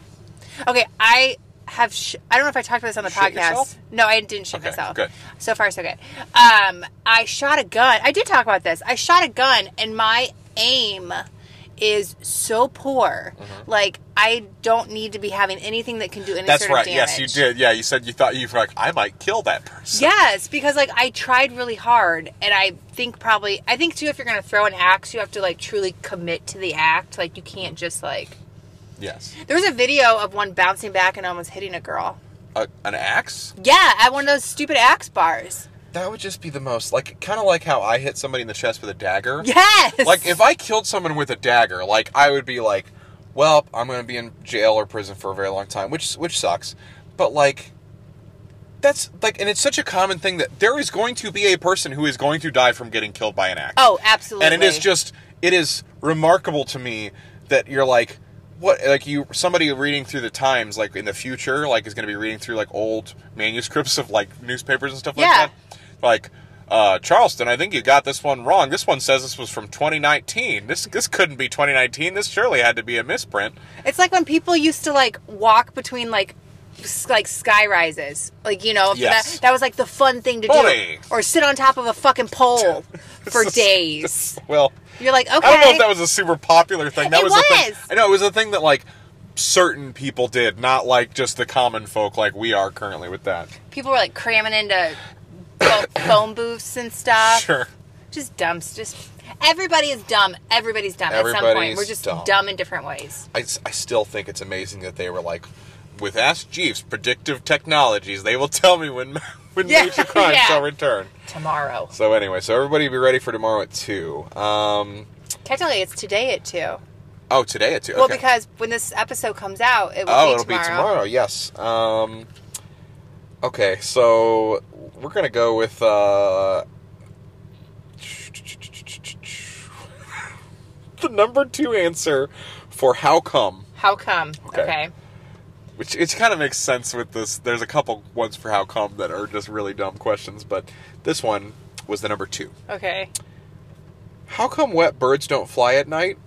Okay, I have. Sh- I don't know if I talked about this on the
Shit
podcast.
yourself?
No, I didn't shit
Okay,
myself.
good.
So far, so good. Um, I shot a gun. I did talk about this. I shot a gun, and my aim is so poor. Like I don't need to be having anything that can do any
Mm-hmm. That's
sort
right.
of
Yes,
damage.
you did. Yeah, you said you thought you were like I might kill that person.
Yes, because like I tried really hard, and I think probably I think too if you're gonna throw an axe, you have to like truly commit to the act. Like you can't just like.
Yes.
There was a video of one bouncing back and almost hitting a girl.
A, Uh, an axe?
Yeah, at one of those stupid axe bars.
That would just be the most like kind of like how I hit somebody in the chest with a dagger.
Yes.
Like if I killed someone with a dagger, like I would be like, well, I'm going to be in jail or prison for a very long time, which which sucks. But like that's like and it's such a common thing that there is going to be a person who is going to die from getting killed by an axe.
Oh, absolutely.
And it is just it is remarkable to me that you're like what like you somebody reading through the times like in the future like is going to be reading through like old manuscripts of like newspapers and stuff like
Yeah.
that. Like uh, Charleston, I think you got this one wrong. This one says this was from 2019. This this couldn't be 2019. This surely had to be a misprint.
It's like when people used to like walk between like s- like sky rises. Like, you know,
Yes.
that, that was like the fun thing to
Funny.
do. Or sit on top of a fucking pole for
This is-
days.
Well,
You're like, okay.
I don't know if that was a super popular thing. That
It
was, a thing.
was.
I know it was a thing that like certain people did, not like just the common folk like we are currently with that.
people were like cramming into pho- phone booths and stuff.
Sure.
Just dumps. Just everybody is dumb. Everybody's dumb at some point.
Everybody's
We're just
dumb.
dumb. in different ways.
I, s- I still think it's amazing that they were like, with Ask Jeeves Predictive Technologies, they will tell me when when
Yeah,
major crime
yeah.
shall return.
Tomorrow.
So anyway, so everybody be ready for tomorrow at two. Um,
Technically, it's today at two.
oh, today at two.
Well,
okay.
because when this episode comes out, it will
oh,
be
it'll
tomorrow.
be tomorrow. Yes. Um, okay, so we're gonna go with. Uh, the number two answer for how come
How come?
Okay.
Okay.
which it kind of makes sense with this. There's a couple ones for how come that are just really dumb questions, but this one was the number two.
Okay.
How come wet birds don't fly at night?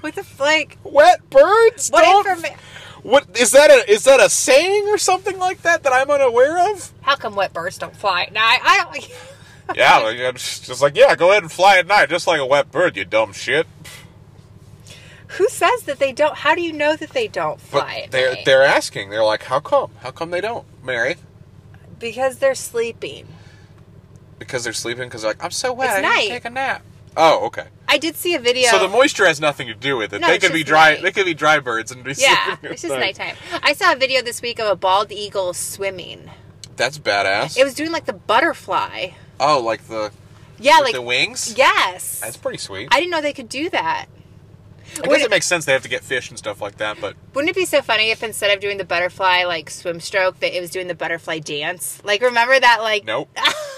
What the f- like?
Wet birds
What
don't.
informa-
what is that? A is that a saying or something like that that I'm unaware of?
How come wet birds don't fly? Now I, I don't.
yeah, like, yeah, just just like yeah, go ahead and fly at night, just like a wet bird, you dumb shit.
Who says that they don't? How do you know that they don't
But
fly? at
they're
night?
they're asking. They're like, how come? How come they don't, Mary?
because they're sleeping.
Because they're sleeping. Because they're like, I'm so wet.
It's
I need to
night.
Take a nap. Oh, okay.
I did see a video.
So the moisture has nothing to do with it.
No,
they
it's
could be
just
dry.
night.
They could be dry birds and be
yeah,
sleeping
it's
at
just
night.
nighttime. I saw a video this week of a bald eagle swimming.
That's badass.
It was doing like the butterfly.
oh, like the
Yeah,
with
like
the wings.
yes.
that's pretty sweet.
I didn't know they could do that.
I guess
Wouldn't-
it makes sense. They have to get fish and stuff like that, but
Wouldn't it be so funny if instead of doing the butterfly like swim stroke, that it was doing the butterfly dance? Like, remember that? Like,
nope.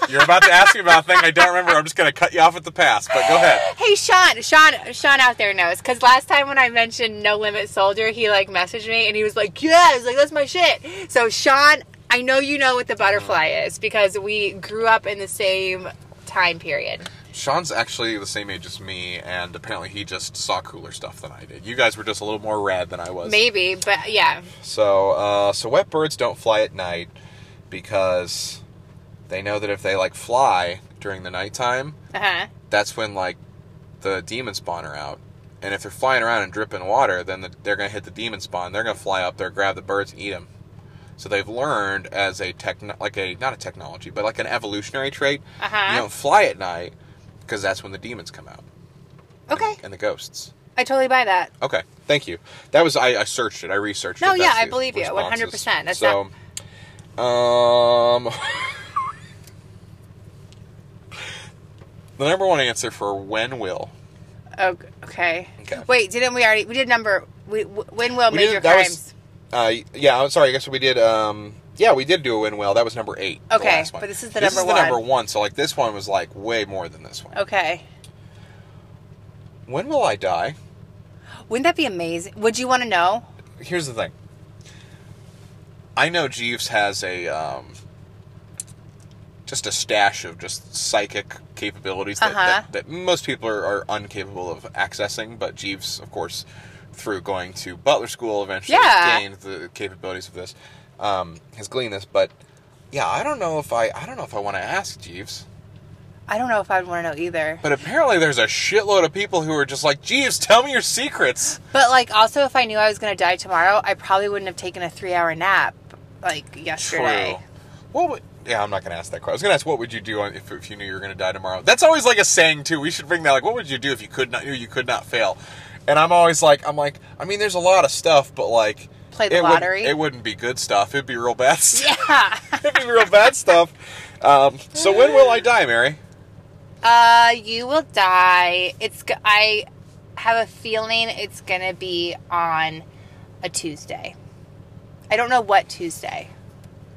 You're about to ask me about a thing I don't remember. I'm just gonna cut you off at the pass. But go ahead.
hey Sean, Sean, Sean out there knows because last time when I mentioned No Limit Soldier, he like messaged me and he was like, "Yeah," I was like, "That's my shit." So Sean, I know you know what the butterfly is because we grew up in the same time period.
Sean's actually the same age as me, and apparently he just saw cooler stuff than I did. You guys were just a little more rad than I was.
Maybe, but yeah,
So, uh, so wet birds don't fly at night because they know that if they like fly during the nighttime,
uh huh.
that's when like the demon spawn are out. And if they're flying around and dripping water, then the, they're gonna hit the demon spawn. They're gonna fly up there, grab the birds, and eat them. So they've learned as a techno, like a not a technology, but like an evolutionary trait.
Uh-huh.
You don't fly at night because that's when the demons come out
Okay,
and the ghosts.
I totally buy that.
Okay, thank you. That was I, I searched it. I researched
No,
it.
yeah,
That's
I
the
believe you,
responses.
100%. That's
so. Um, the number one answer for when will
Oh, okay.
Okay.
Wait, didn't we already? We did number. We, w- when will
We did-
major
that was-
crimes?
Uh, yeah, I'm sorry. I guess we did. Um, yeah, we did do a win well. That was number eight. the
Okay,
last one.
but this is the
this
number
is the
one.
number one. So like this one was like way more than this one.
okay.
When will I die?
Wouldn't that be amazing? Would you want to know?
Here's the thing. I know Jeeves has a um, just a stash of just psychic capabilities that,
Uh-huh.
that, that most people are, are uncapable of accessing. But Jeeves, of course, through going to Butler School, eventually
Yeah.
gained the capabilities of this. Um, has gleaned this, but yeah, I don't know if I I don't know if I want to ask Jeeves.
I don't know if I'd want to know either.
But apparently, there's a shitload of people who are just like, Jeeves, tell me your secrets.
But like, also, if I knew I was going to die tomorrow, I probably wouldn't have taken a three-hour nap like yesterday.
What would, yeah, I'm not going to ask that question. I was going to ask, what would you do on- if, if you knew you were going to die tomorrow? That's always like a saying, too. We should bring that, like, what would you do if you could not, knew you could not fail? And I'm always like, I'm like, I mean, there's a lot of stuff, but like,
Play the
it wouldn't-
lottery?
it wouldn't be good stuff. It'd be real bad stuff.
Yeah.
It'd be real bad stuff. Um, so when will I die, Mary?
uh, you will die. It's. g- I have a feeling it's going to be on a Tuesday. I don't know what Tuesday.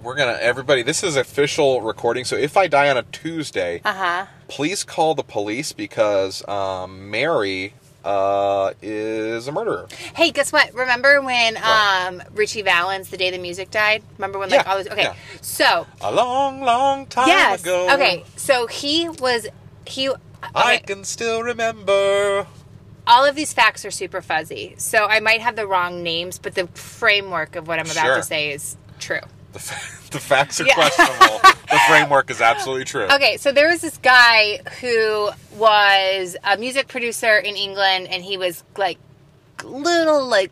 We're going to, everybody, this is official recording. So if I die on a Tuesday,
Uh huh.
please call the police because um, Mary uh, is a murderer.
Hey, guess what? Remember when
What?
um Richie Valens, the day the music died? Remember when
Yeah,
like all those okay.
yeah.
So
A long, long time
yes.
ago.
Okay. So he was he okay.
I can still remember.
all of these facts are super fuzzy. So I might have the wrong names, but the framework of what I'm about
Sure.
to say is true.
The, fa- the facts are
Yeah.
questionable. the framework is absolutely true.
Okay, so there was this guy who was a music producer in England, and he was like little, like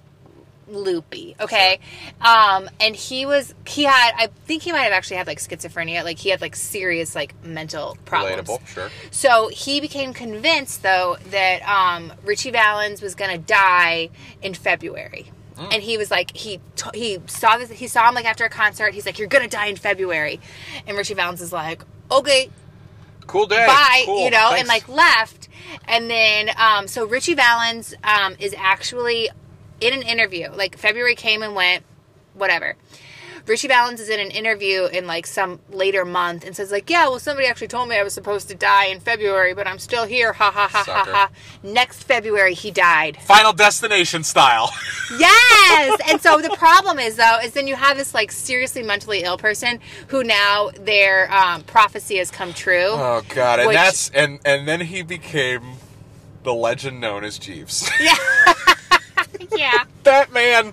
loopy. Okay. Um, and he was, he had, I think he might have actually had like schizophrenia. Like he had like serious like mental problems.
Relatable, sure.
So he became convinced, though, that um, Richie Valens was going to die in February. And he was like, he t- he saw this, he saw him like after a concert. He's like, "You're gonna die in February," and Richie Valens is like, "Okay,
Cool day.
bye,"
Cool.
you know, and
Thanks.
like left. And then, um, so Richie Valens um, is actually in an interview. Like February came and went, whatever. Richie Valens is in an interview in like some later month and says like, "Yeah, well, somebody actually told me I was supposed to die in February, but I'm still here." Ha ha ha
Sucker.
ha ha. Next February, he died.
Final Destination style.
Yes. and so the problem is though, is then you have this like seriously mentally ill person who now their um, prophecy has come true.
oh god, and
Which-
that's and and then he became the legend known as Jeeves.
Yeah. yeah.
that man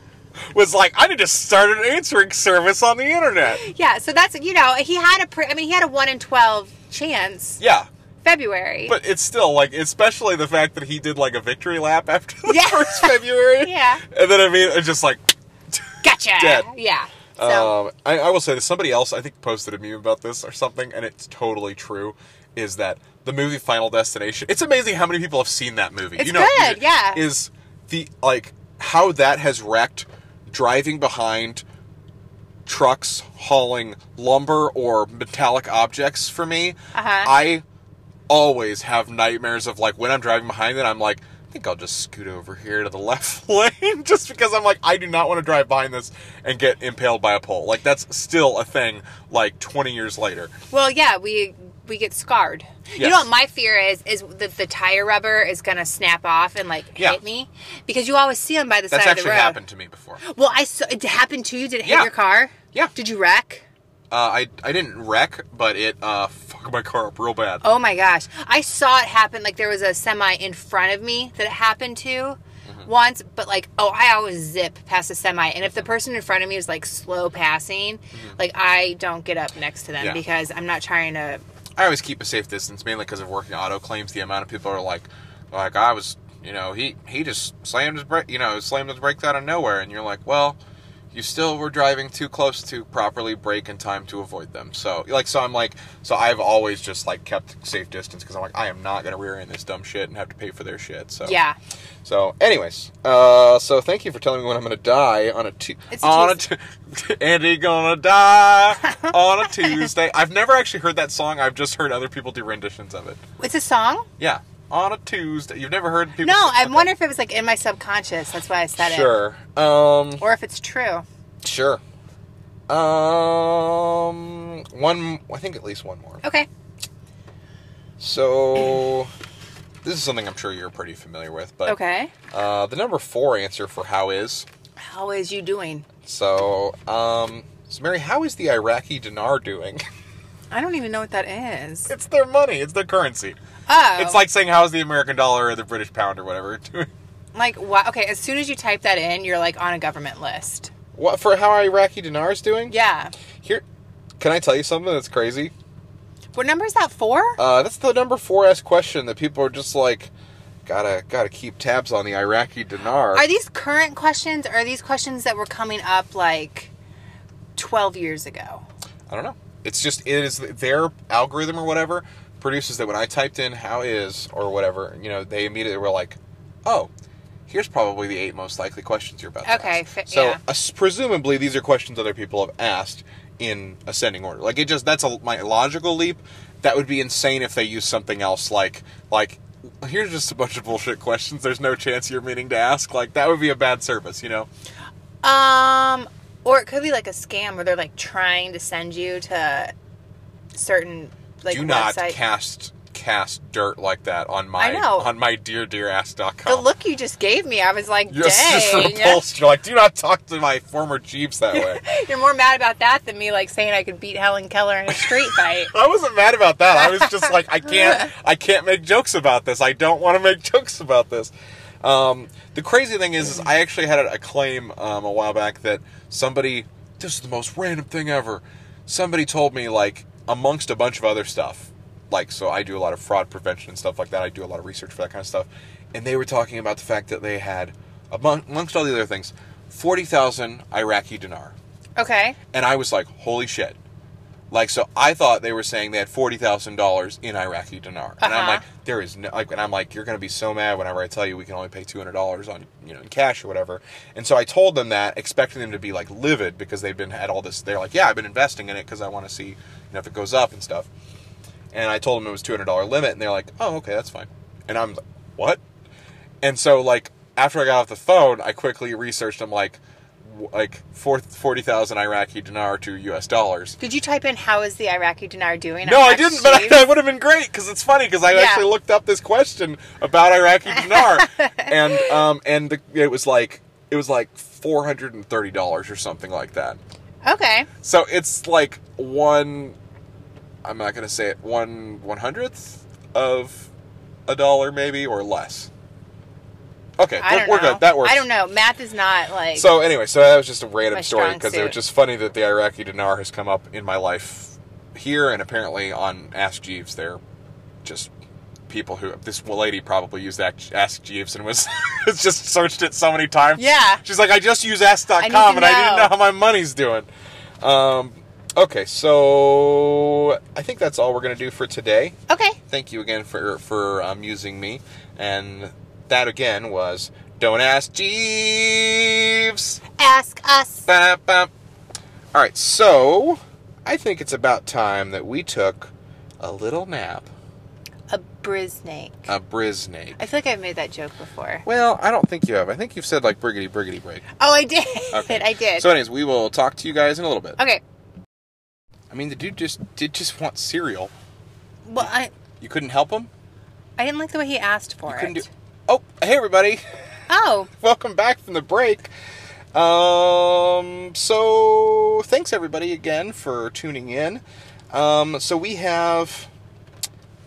was like, I need to start an answering service on the internet.
Yeah. So that's you know he had a pre- I mean he had a one in twelve chance
Yeah.
February.
But it's still like, especially the fact that he did like a victory lap after the
Yeah.
first February.
Yeah.
And then I mean, it's just like,
gotcha.
Dead.
Yeah. So
um, I, I will say that somebody else I think posted a meme about this or something, and it's totally true. Is that the movie Final Destination? It's amazing how many people have seen that movie.
It's good, yeah.
Is the like how that has wrecked driving behind trucks hauling lumber or metallic objects for me.
Uh-huh.
I always have nightmares of like when I'm driving behind it, I'm like, I think I'll just scoot over here to the left lane just because I'm like, I do not want to drive behind this and get impaled by a pole. Like that's still a thing like 20 years later.
well, yeah, we we get scarred. You
Yes.
know what my fear is is that the tire rubber is gonna snap off and like
Yeah.
hit me because you always see them by the
That's
side of the
actually
road.
happened to me before.
Well, I saw it happened to you. Did it hit
Yeah.
your car?
Yeah.
Did you wreck?
Uh, I I didn't wreck, but it uh fucked my car up real bad.
Oh my gosh. I saw it happen. Like there was a semi in front of me that it happened to
Mm-hmm.
once, but like, oh, I always zip past a semi. And if the person in front of me is like slow passing, like I don't get up next to them
Mm-hmm. Yeah.
because I'm not trying to.
I always keep a safe distance, mainly because of working auto claims. The amount of people are like, like I was, you know, he he just slammed his brake, you know, slammed his brakes out of nowhere, and you're like, well, you still were driving too close to properly brake in time to avoid them. So like, so I'm like, so I've always just like kept safe distance because I'm like, I am not gonna rear end this dumb shit and have to pay for their shit. So
Yeah.
So anyways, uh, so thank you for telling me when I'm gonna die on a tu-
It's a
on a tu- Andy gonna die on a Tuesday. I've never actually heard that song. I've just heard other people do renditions of it.
It's a song?
Yeah, on a Tuesday. You've never heard people?
No, I
okay.
wonder if it was like in my subconscious. That's why I said it.
Sure. Um.
Or if it's true.
Sure. Um. One. I think at least one more.
Okay.
So. This is something I'm sure you're pretty familiar with, but
Okay.
uh, the number four answer for how is
How is you doing?
So, um, so Mary, how is the Iraqi dinar doing?
I don't even know what that is.
it's their money. It's their currency.
Oh.
It's like saying how is the American dollar or the British pound or whatever doing?
Like what? Okay, as soon as you type that in, you're like on a government list.
What for? How Iraqi dinar is doing?
Yeah.
Here, can I tell you something that's crazy?
What number is that? Four?
Uh, that's the number four S question that people are just like, gotta gotta keep tabs on the Iraqi dinar.
Are these current questions? Or are these questions that were coming up like twelve years ago?
I don't know. It's just it is their algorithm or whatever produces that when I typed in how is or whatever, you know, they immediately were like, oh, here's probably the eight most likely questions you're about.
Okay,
to
fa-
ask. so
yeah.
as- presumably these are questions other people have asked in ascending order. Like it just that's a my logical leap. That would be insane if they used something else like like. Here's just a bunch of bullshit questions. There's no chance you're meaning to ask. Like that would be a bad service, you know.
Um, or it could be like a scam where they're like trying to send you to certain like
do not
website.
cast cast dirt like that on my
I know.
on my dear dear ass.com.
the look you just gave me, I was like,
You're just
dang.
repulsed. You're like, do not talk to my former Jeeves that way.
You're more mad about that than me like saying I could beat Helen Keller in a street fight.
I wasn't mad about that. I was just like, I can't, I can't make jokes about this. I don't want to make jokes about this. Um, the crazy thing is, is I actually had a claim um, a while back that somebody, this is the most random thing ever. Somebody told me like amongst a bunch of other stuff, like so I do a lot of fraud prevention and stuff like that. I do a lot of research for that kind of stuff, and they were talking about the fact that they had among, amongst all the other things, forty thousand Iraqi dinar,
Okay.
and I was like, holy shit! Like, so I thought they were saying they had forty thousand dollars in Iraqi dinar, and I'm
Uh-huh.
like, there is no, like, and I'm like, you're gonna be so mad whenever I tell you we can only pay two hundred dollars on you know in cash or whatever. And so I told them that, expecting them to be like livid because they've been had all this. They're like, yeah, I've been investing in it because I want to see you know if it goes up and stuff. And I told them it was two hundred dollar limit, and they're like, oh, okay, that's fine. And I'm like, what? And so, like, after I got off the phone, I quickly researched. I'm like, w- like four- 40,000 Iraqi dinar to US dollars.
Did you type in how is the Iraqi dinar doing?
No,
on
I didn't, but I,
exchange?
that would have been great because it's funny because I
Yeah.
actually looked up this question about Iraqi dinar, and um, and the, it was like it was like four hundred and thirty dollars or something like that.
okay.
So it's like one, I'm not gonna say it, one one hundredth of a dollar maybe or less. Okay,
I don't
we're
know.
good. That works.
I don't know. Math is not like.
So anyway, so that was just a random
My
story
strong
because it was
suit.
just funny that the Iraqi dinar has come up in my life here and apparently on Ask Jeeves. They're just people who this lady probably used Ask Ask Jeeves and was has just searched it so many times.
Yeah.
she's like, I just use Ask.com
I
and
need to
I didn't
know."
know how my money's doing. Um, okay, so I think that's all we're gonna do for today
okay.
thank you again for for um, using me. And that again was don't ask Jeeves.
Ask us.
Ba, ba. All right, so I think it's about time that we took a little nap,
A brisnake.
a brisnake.
I feel like I've made that joke before.
Well, I don't think you have. I think you've said like briggity briggity break.
Oh, I did.
Okay.
I did.
So, anyways, we will talk to you guys in a little bit.
okay.
I mean, the dude just did just want cereal.
Well, I
You couldn't help him.
I didn't like the way he asked for it.
Couldn't do. Oh, hey everybody.
oh,
welcome back from the break. Um, so thanks everybody again for tuning in. Um, so we have,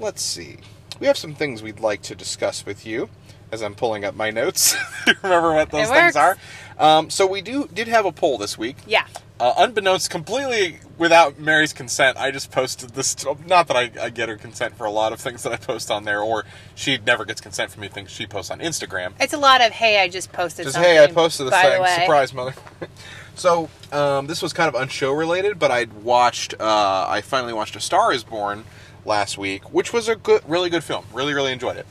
let's see, we have some things we'd like to discuss with you. As I'm pulling up my notes, remember what those
It
things
works.
are. Um, so we do did have a poll this week.
yeah.
Uh, unbeknownst, completely without Mary's consent, I just posted this. Not that I, I get her consent for a lot of things that I post on there, or she never gets consent from me. Things she posts on Instagram.
It's a lot of hey, I just posted.
Just
something,
hey, I posted this
by
thing.
The way.
Surprise, mother. so um, this was kind of unshow related, but I watched. Uh, I finally watched A Star Is Born last week, which was a good, really good film. Really, really enjoyed it.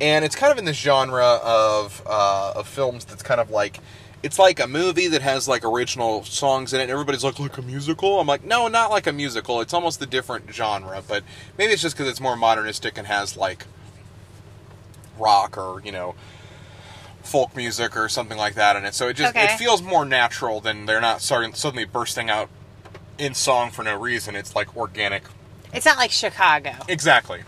And it's kind of in this genre of uh, of films that's kind of like. It's like a movie that has like original songs in it. And everybody's like, like a musical. I'm like, no, not like a musical. It's almost a different genre, but maybe it's just because it's more modernistic and has like rock or you know folk music or something like that in it. So it just
Okay.
it feels more natural than they're not starting, suddenly bursting out in song for no reason. It's like organic.
It's not like Chicago,
Exactly.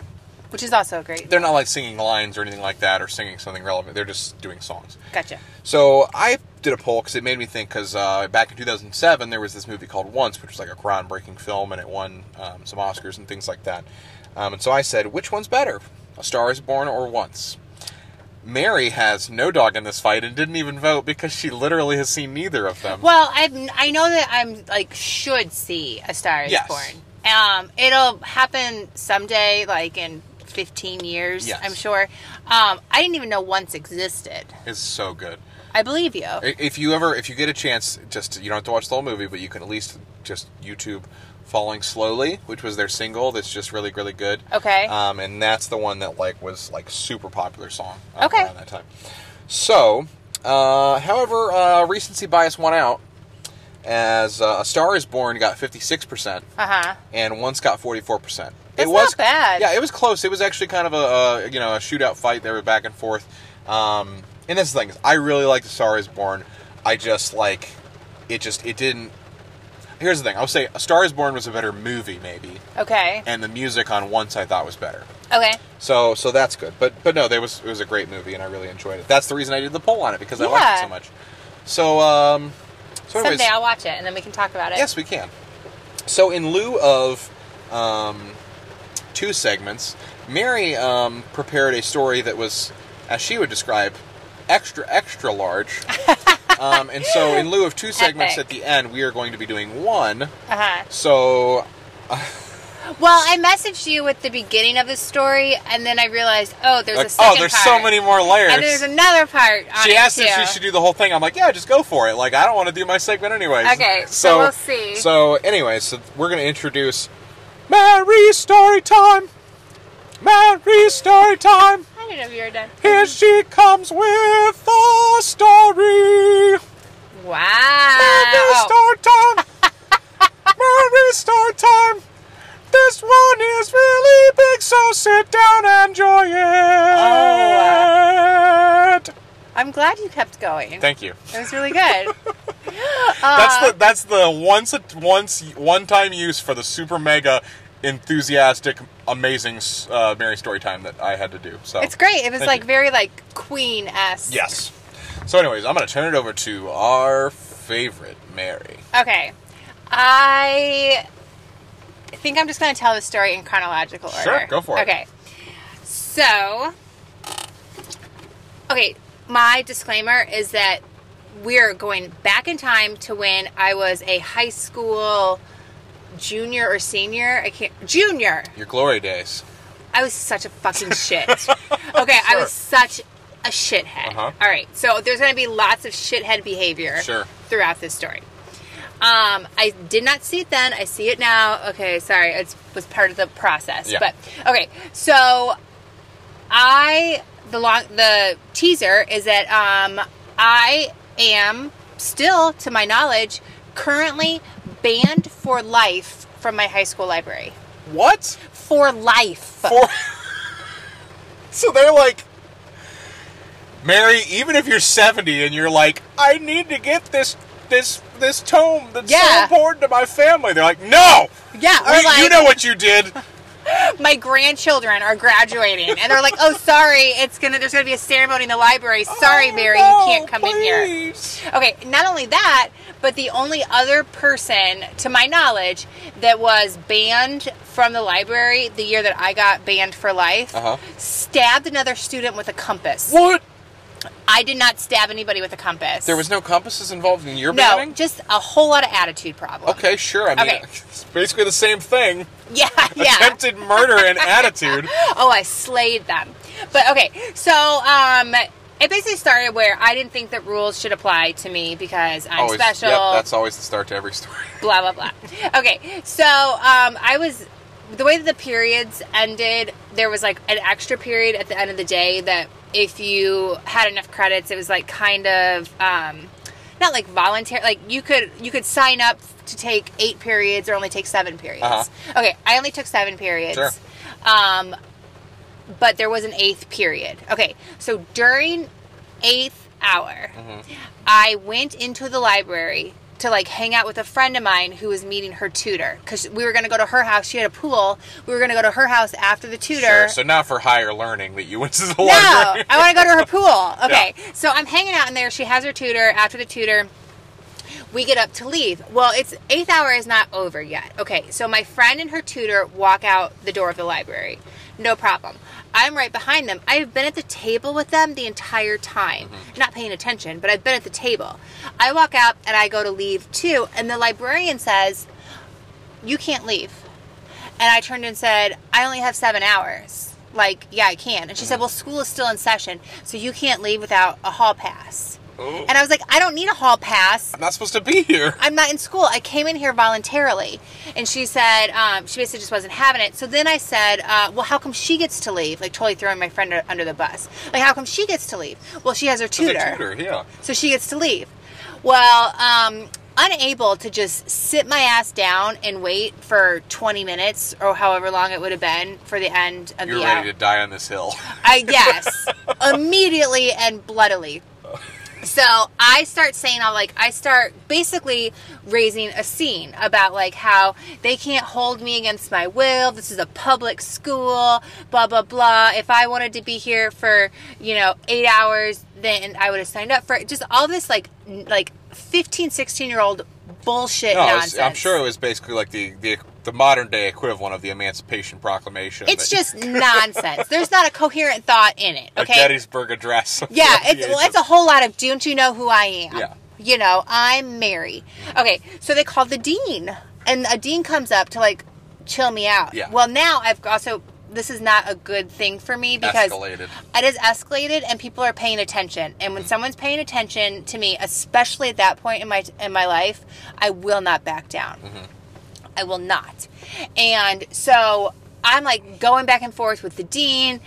which is also great.
They're not like singing lines or anything like that or singing something relevant. They're just doing songs.
Gotcha.
So I did a poll because it made me think. Because uh, back in 2007, there was this movie called Once, which was like a groundbreaking film, and it won um, some Oscars and things like that. Um, and so I said, which one's better, A Star Is Born or Once? Mary has no dog in this fight and didn't even vote because she literally has seen neither of them.
Well, I I know that I'm like should see a Star Is
Yes.
Born. Um, it'll happen someday, like in 15 years,
Yes.
I'm sure. Um, I didn't even know once existed.
It's so good.
I believe you.
I- If you ever, if you get a chance, just you don't have to watch the whole movie, but you can at least just YouTube "Falling Slowly," which was their single. That's just really, really good.
Okay.
Um, and that's the one that like was like super popular song. uh,
Okay.
Around that time. So, uh, however, uh, recency bias won out as uh, "A Star Is Born" got fifty six percent
Uh huh.
and once got 44%.
That's
it was
not bad.
Yeah, it was close. It was actually kind of a, a you know a shootout fight. They were back and forth. Um, and that's the thing. is I really like The Star Is Born. I just like it. Just it didn't. Here's the thing. I'll say A Star Is Born was a better movie, maybe,
Okay.
and the music on Once I thought was better.
Okay.
So so that's good. But but no, there was it was a great movie, and I really enjoyed it. That's the reason I did the poll on it because I liked it
Yeah.
so much. So um, so anyways,
Someday I'll watch it and then we can talk about it.
Yes, we can. So, in lieu of um, two segments, Mary um, prepared a story that was, as she would describe, extra, extra large. um, and so, in lieu of two segments
Epic. Uh-huh.
at the end, we are going to be doing one.
Uh huh.
So,
Well, I messaged you with the beginning of the story, and then I realized, oh, there's a
Like,
second
oh, there's
part.
so many more layers.
And there's another part. On
she
it,
asked
too.
if she should do the whole thing. I'm like, yeah, just go for it. Like, I don't want to do my segment anyways.
Okay, so we'll see.
So, anyway, so we're gonna introduce Mary Story Time. Mary Story Time.
I didn't know if you were done.
Here she comes with the story.
Wow.
Mary
Oh.
Story Time. Mary Story Time. This one is really big, so sit down and enjoy it.
Oh, I'm glad you kept going.
Thank you.
it was really good.
That's
Uh,
the that's the once a- once one time use for the super mega enthusiastic amazing uh, Mary story time that I had to do. So
Uh, It's great. It was
Thank
like
you.
very like Queen esque.
Yes. So, anyways, I'm gonna turn it over to our favorite Mary.
Okay. I think I'm just going to tell the story in chronological order.
Sure, go for it.
Okay. So, okay, my disclaimer is that we're going back in time to when I was a high school junior or senior. I can't. Junior.
Your glory days.
I was such a fucking shit. Okay, I was such a shithead.
Uh-huh.
All right, so there's going to be lots of shithead behavior
Sure.
throughout this story. Um, I did not see it then. I see it now. Okay, sorry, it was part of the process.
Yeah.
But okay, so I the long the teaser is that um, I am still, to my knowledge, currently banned for life from my high school library.
What?
For life.
For- so they're like. Mary, even if you're 70 and you're like, I need to get this this this tome that's
Yeah.
so important to my family, they're like, no,
Yeah, or
We-
like
you know what you did.
my grandchildren are graduating, and they're like, "Oh, sorry, it's gonna there's gonna be a ceremony in the library. Sorry,
Oh,
Mary,
no,
you can't come in here."
please.
Okay, not only that, but the only other person, to my knowledge, that was banned from the library the year that I got banned for life,
Uh-huh.
stabbed another student with a compass.
What?
I did not stab anybody with a compass.
There was no compasses involved in your
no,
banning?
just a whole lot of attitude problem.
Okay, sure. I mean,
Okay.
it's basically the same thing.
Yeah, yeah.
Attempted murder and attitude.
oh, I slayed them. But okay, so um, it basically started where I didn't think that rules should apply to me because I'm
Always-
special.
Yep, that's always the start to every story.
blah blah blah. Okay, so um, I was the way that the periods ended. There was like an extra period at the end of the day that if you had enough credits, it was like kind of um, not like voluntary. Like you could you could sign up to take eight periods or only take seven periods.
Uh-huh.
Okay, I only took seven periods.
Sure.
Um, but there was an eighth period. Okay, so during eighth hour,
Mm-hmm.
I went into the library to like hang out with a friend of mine who was meeting her tutor because we were going to go to her house. She had a pool. We were going to go to her house after the tutor.
Sure. So not for higher learning that you went to the
no,
library.
I want to go to her pool. Okay, so I'm hanging out in there. She has her tutor. After the tutor, we get up to leave. Well, it's eighth hour is not over yet. Okay, so my friend and her tutor walk out the door of the library. No problem. I'm right behind them. I've been at the table with them the entire time. Not paying attention, but I've been at the table. I walk out and I go to leave too, and the librarian says, You can't leave. And I turned and said, I only have seven hours. Like, yeah, I can. And she
Mm-hmm.
said, Well, school is still in session, so you can't leave without a hall pass.
Oh.
And I was like, I don't need a hall pass.
I'm not supposed to be here.
I'm not in school. I came in here voluntarily. And she said, um, she basically just wasn't having it. So then I said, uh, well, how come she gets to leave? Like, totally throwing my friend under the bus. Like, how come she gets to leave? Well, she has her
As a
tutor.
tutor, yeah.
So she gets to leave. Well, um, unable to just sit my ass down and wait for 20 minutes or however long it would have been for the end of
You're
the hour.
ready to die on this hill.
I guess immediately and bloodily. So I start saying, "I'm like, I start basically raising a scene about like how they can't hold me against my will. This is a public school, blah blah blah. If I wanted to be here for you know eight hours, then I would have signed up for it. Just all this like n- like 15, 16 year old bullshit
No, Oh, it's-
nonsense.
I'm sure it was basically like the, the the modern day equivalent of the Emancipation Proclamation.
It's
that-
just nonsense. There's not a coherent thought in it.
the
Okay,
Gettysburg Address.
Yeah, it's well, it's a whole lot of don't you know who I am?
Yeah.
You know, I'm Mary. Okay, so they called the dean, and a dean comes up to like chill me out.
Yeah.
Well, now I've also this is not a good thing for me because
Escalated.
it is escalated and people are paying attention. And when someone's paying attention to me, especially at that point in my in my life, I will not back down. I will not. And so I'm like going back and forth with the dean,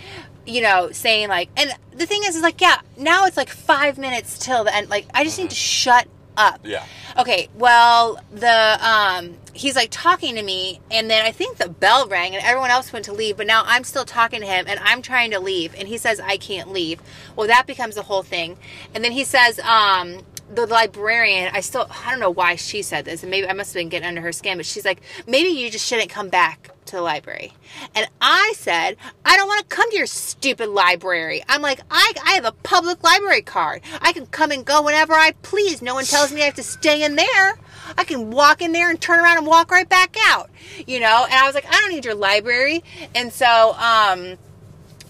you know, saying like, and the thing is, is like, yeah, now it's like five minutes till the end. Like, I just need to shut up.
Yeah.
Okay. Well, the um, he's like talking to me, and then I think the bell rang, and everyone else went to leave, but now I'm still talking to him, and I'm trying to leave, and he says I can't leave. Well, that becomes the whole thing, and then he says, um. The librarian, I still, I don't know why she said this, and maybe I must have been getting under her skin, but she's like, maybe you just shouldn't come back to the library. And I said, I don't want to come to your stupid library. I'm like, I, I have a public library card. I can come and go whenever I please. No one tells me I have to stay in there. I can walk in there and turn around and walk right back out. You know? And I was like, I don't need your library. And so, um,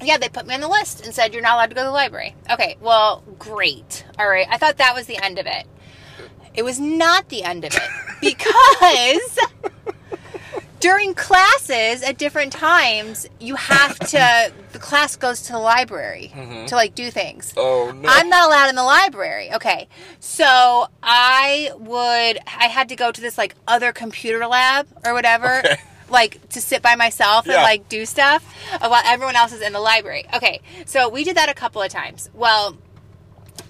yeah, they put me on the list and said, you're not allowed to go to the library. Okay, well, great. All right. I thought that was the end of it. It was not the end of it because during classes at different times, you have to, the class goes to the library to like do things.
Oh no.
I'm not allowed in the library. Okay. So I would, I had to go to this like other computer lab or whatever,
Okay.
like to sit by myself and
Yeah.
like do stuff uh, while everyone else is in the library. Okay. So we did that a couple of times. Well,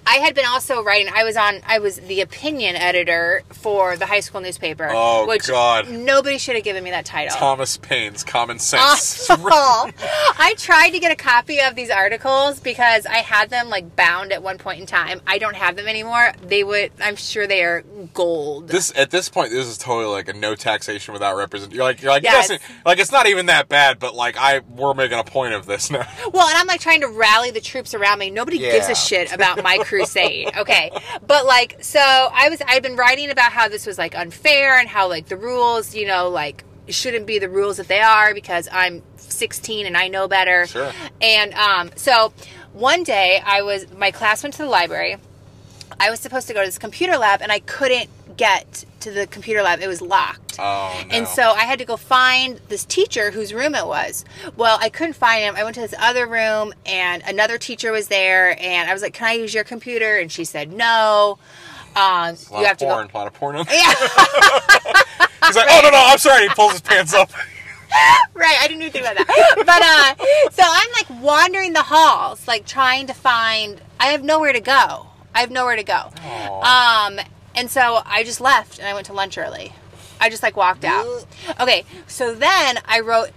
I had been also writing. I was on. I was the opinion editor for the high school newspaper.
Oh,
which
God.
Nobody should have given me that title.
Thomas Paine's Common
Ah,
Sense.
awful. I tried to get a copy of these articles because I had them like bound at one point in time. I don't have them anymore. They would. I'm sure they are gold.
this at this point, this is totally like a no taxation without represent. You're like you're like
Yes.
yes. like it's not even that bad, but like I we're making a point of this now.
Well, and I'm like trying to rally the troops around me. Nobody
Yeah.
gives a shit about my crusade. Okay. But like, so I was, I'd been writing about how this was like unfair and how like the rules, you know, like shouldn't be the rules that they are because I'm 16 and I know better.
Sure.
And um, so one day I was, my class went to the library. I was supposed to go to this computer lab and I couldn't get to the computer lab. It was locked.
Oh no.
And so I had to go find this teacher whose room it was. Well, I couldn't find him. I went to this other room and another teacher was there and I was like, "Can I use your computer?" and she said, "No." Um,
a lot
you
of
have to
porn,
go.
a lot of porn.
Yeah,
He's like, oh no no, I'm sorry. He pulls his pants up.
right. I didn't even think about that. But uh, so I'm like wandering the halls, like trying to find. I have nowhere to go. I have nowhere to go. Um, and so I just left and I went to lunch early. I just like walked out. Okay, so then I wrote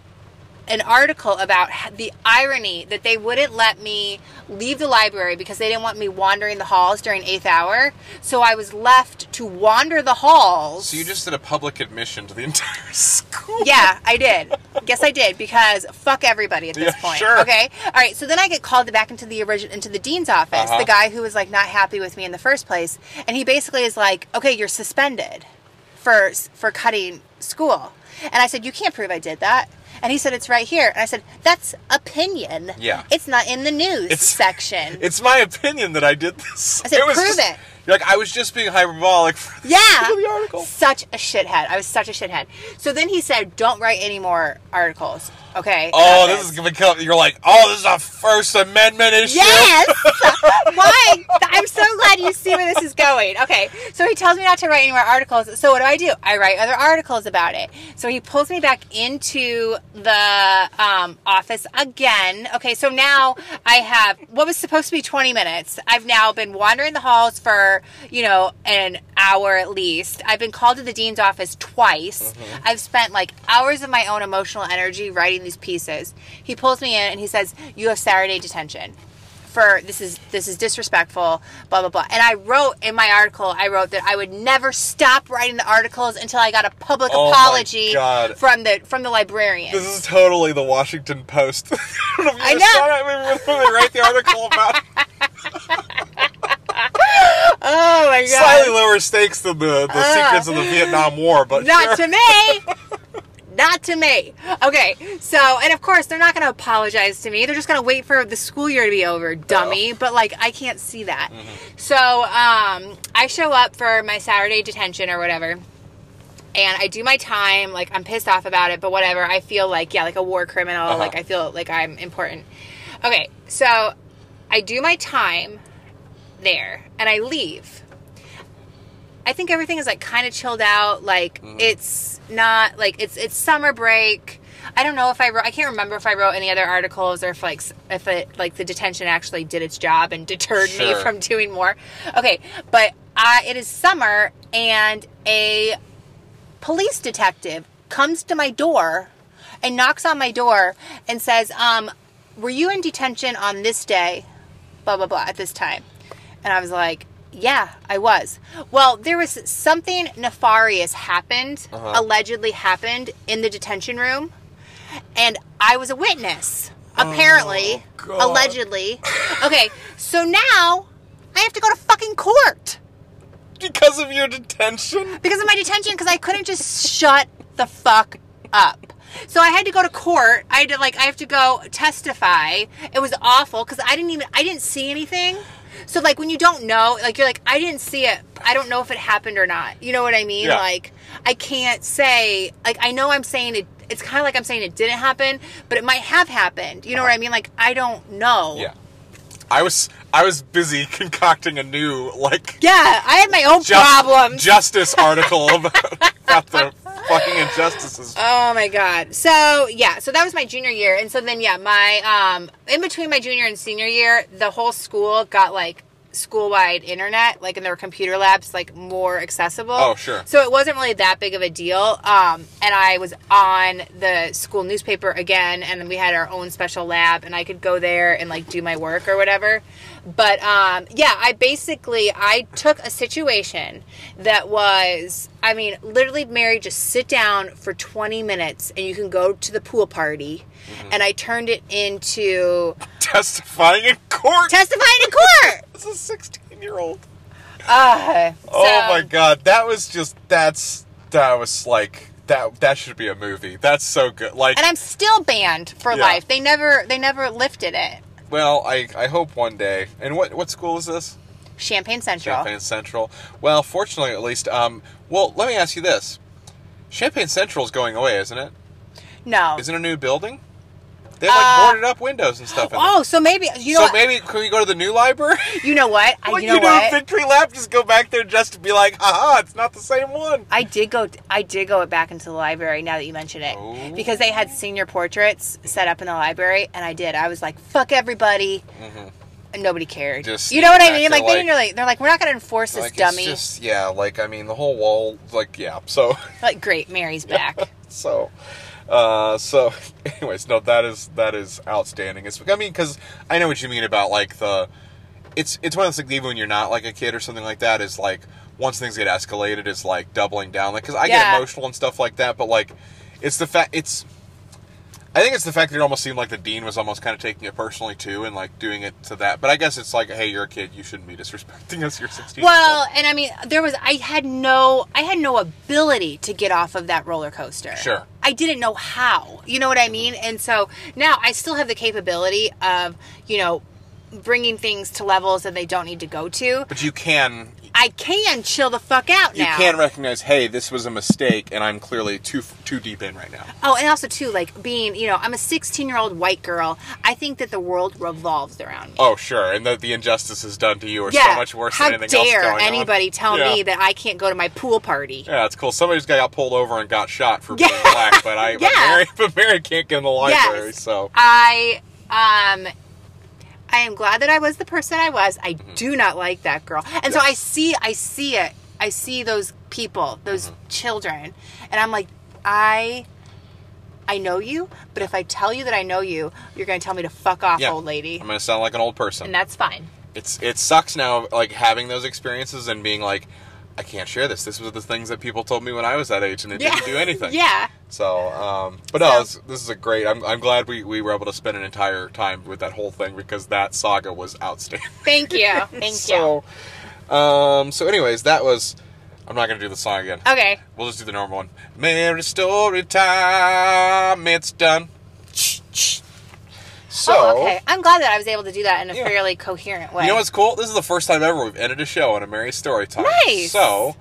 an article about h- the irony that they wouldn't let me leave the library because they didn't want me wandering the halls during eighth hour. So I was left to wander the halls.
So you just did a public admission to the entire school.
Yeah, I did. Yes, I did because fuck everybody at this
Yeah,
point.
sure.
Okay. All right. So then I get called back into the origin into the dean's office,
Uh-huh.
the guy who was like not happy with me in the first place, and he basically is like, "Okay, you're suspended for for cutting school." And I said, "You can't prove I did that." And he said, "It's right here." And I said, "That's opinion.
Yeah.
It's not in the news
It's-
section."
It's my opinion that I did this. I
said, "Prove
just,
it."
You're like I was just being hyperbolic. For the
Yeah.
the article.
Such a shithead. I was such a shithead. So then he said, "Don't write any more articles." Okay.
Oh,
about
this is gonna become. You're like, oh, this is a First Amendment issue.
Yes! Why? I'm so glad you see where this is going. Okay, so he tells me not to write any more articles. So what do I do? I write other articles about it. So he pulls me back into the um, office again. Okay, so now I have what was supposed to be 20 minutes. I've now been wandering the halls for, you know, an hour at least. I've been called to the dean's office twice. I've spent like hours of my own emotional energy writing these pieces. He pulls me in and he says, You have Saturday detention for this is this is disrespectful blah blah blah and i wrote in my article i wrote that i would never stop writing the articles until i got a public
Oh my
apology
God.
from the from the librarian
This is totally the Washington Post. I don't know if you
I
ever
know.
saw that. I mean, when they write the article about
oh my
slightly lower stakes than the, the
Uh,
secrets of the Vietnam War, but
not
sure.
to me not to me okay so and of course they're not going to apologize to me they're just going to wait for the school year to be over
Oh.
dummy but like i can't see that
Mm-hmm.
so um, i show up for my saturday detention or whatever and I do my time. Like I'm pissed off about it, but whatever. I feel like yeah, like a war criminal.
Uh-huh.
Like I feel like I'm important. Okay, so I do my time there, and I leave. I think everything is like kind of chilled out. Like it's not like it's it's summer break. I don't know if I wrote. I can't remember if I wrote any other articles or if like s- if it like the detention actually did its job and deterred me
Sure.
from doing more. Okay, but I, it is summer and a police detective comes to my door and knocks on my door and says, um, were you in detention on this day? Blah, blah, blah, at this time. And I was like, yeah, I was. Well, there was something nefarious happened,
Uh-huh.
allegedly happened in the detention room. And I was a witness, apparently,
Oh, God.
allegedly. Okay, so now I have to go to fucking court
Because of your detention?
because of my detention because I couldn't just shut the fuck up. So I had to go to court. I had to like I have to go testify. It was awful because I didn't even I didn't see anything. So like when you don't know, like you're like I didn't see it. I don't know if it happened or not. You know what I mean?
Yeah.
Like I can't say like I know I'm saying it. It's kind of like I'm saying it didn't happen, but it might have happened. You know what I mean? Like I don't know.
Uh-huh. Yeah. I was I was busy concocting a new like
Yeah, I had my own
jus-
problems.
justice article about, about the fucking injustices.
Oh my god. So yeah, so that was my junior year, and so then yeah, my um in between my junior and senior year, the whole school got like school wide internet, like in their computer labs, like more accessible.
Oh, sure.
So it wasn't really that big of a deal. Um, and I was on the school newspaper again, and then we had our own special lab, and I could go there and like do my work or whatever. But um, yeah, I basically I took a situation that was, I mean, literally, Mary, just sit down for 20 minutes, and you can go to the pool party.
Mm-hmm.
And I turned it into
Testifying in court.
testifying in court.
It's a 16 year old.
Uh,
oh
so-
my god, that was just that's that was like that that should be a movie. That's so good. Like
and I'm still banned for
Yeah.
life. They never they never lifted it.
well, I I hope one day. And what what school is this?
Champagne Central.
Champagne Central. Well, fortunately at least um well, let me ask you this. Champagne Central's going away, isn't it?
No.
Isn't it a new building? They have like
Uh,
boarded up windows and stuff in there.
Oh, so maybe you know
so
what?
maybe can we go to the new library?
you know what? I,
like
you know what?
Victory Lap, just go back there just to be like, haha, it's not the same one.
I did go. I did go back into the library now that you mention it,
Oh.
because they had senior portraits set up in the library, and I did. I was like, "Fuck everybody," and nobody cared.
Mm-hmm. Just
you know what I
back
mean?
there,
Like, they didn't
like-
really. They're like, "We're not going to enforce this
Like,
dummy."
It's just, yeah, like I mean, the whole wall, like yeah. So,
Like, great, Mary's back.
so, uh, so, anyways, no, that is that is outstanding. It's I mean, because I know what you mean about like the, it's it's one of those things even when you're not like a kid or something like that is like once things get escalated is like doubling down like because I
Yeah.
get emotional and stuff like that, but like it's the fact it's. I think it's the fact that it almost seemed like the dean was almost kind of taking it personally too, and like doing it to that. But I guess it's like, hey, you're a kid; you shouldn't be disrespecting us. You're 16. years old.
Well, and I mean, there was I had no I had no ability to get off of that roller coaster.
Sure.
I didn't know how. You know what I mean? And so now I still have the capability of, you know, bringing things to levels that they don't need to go to.
but you can
I can chill the fuck out
you
now.
can recognize, hey, this was a mistake, and I'm clearly too too deep in right now.
Oh, and also too, like being, you know, I'm a 16-year-old white girl. I think that the world revolves around me.
Oh, sure, and that the injustices done to you are so much worse
How
than anything else
dare
going on.
anybody tell
Yeah.
me that I can't go to my pool party?
Yeah, it's cool. Somebody just got pulled over and got shot for being
Yeah.
black, but I but,
Yeah.
Mary, but Mary can't get in the library, so
I um I am glad that I was the person I was. I
Mm-hmm.
do not like that girl. And so I see I see it. I see those people, those
Mm-hmm.
children, and I'm like I I know you, but if I tell you that I know you, you're going to tell me to fuck off,
yeah,
old lady.
I'm gonna sound like an old person.
And that's fine.
it's it sucks now, like having those experiences and being like, I can't share this. This was the things that people told me when I was that age, and it didn't do anything.
yeah.
So, um, but no, this, this is a great. I'm, I'm glad we, we were able to spend an entire time with that whole thing because that saga was outstanding.
Thank you. Thank
so, um, so anyways, that was. I'm not gonna do the song again.
you. Okay.
We'll just do the normal one. Mary story time. It's done. So,
oh, okay. I'm glad that I was able to do that in a
Yeah.
fairly coherent way.
you know what's cool? This is the first time ever we've ended a show on a Mary story time.
Nice.
So,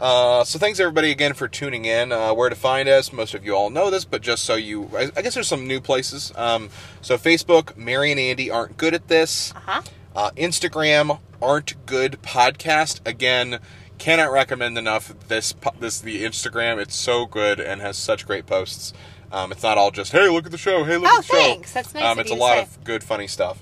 Uh, so thanks everybody again for tuning in. Uh, where to find us? Most of you all know this, but just so you, I, I guess there's some new places. Um, so Facebook, Mary and Andy aren't good at this.
Uh-huh.
Uh, Instagram, aren't good podcast. Again, cannot recommend enough this po- this the Instagram. It's so good and has such great posts. Um, it's not all just hey look at the show, hey look
Oh,
at the show.
thanks. That's nice
Um,
of
it's
you
a
to
lot
say.
of good funny stuff.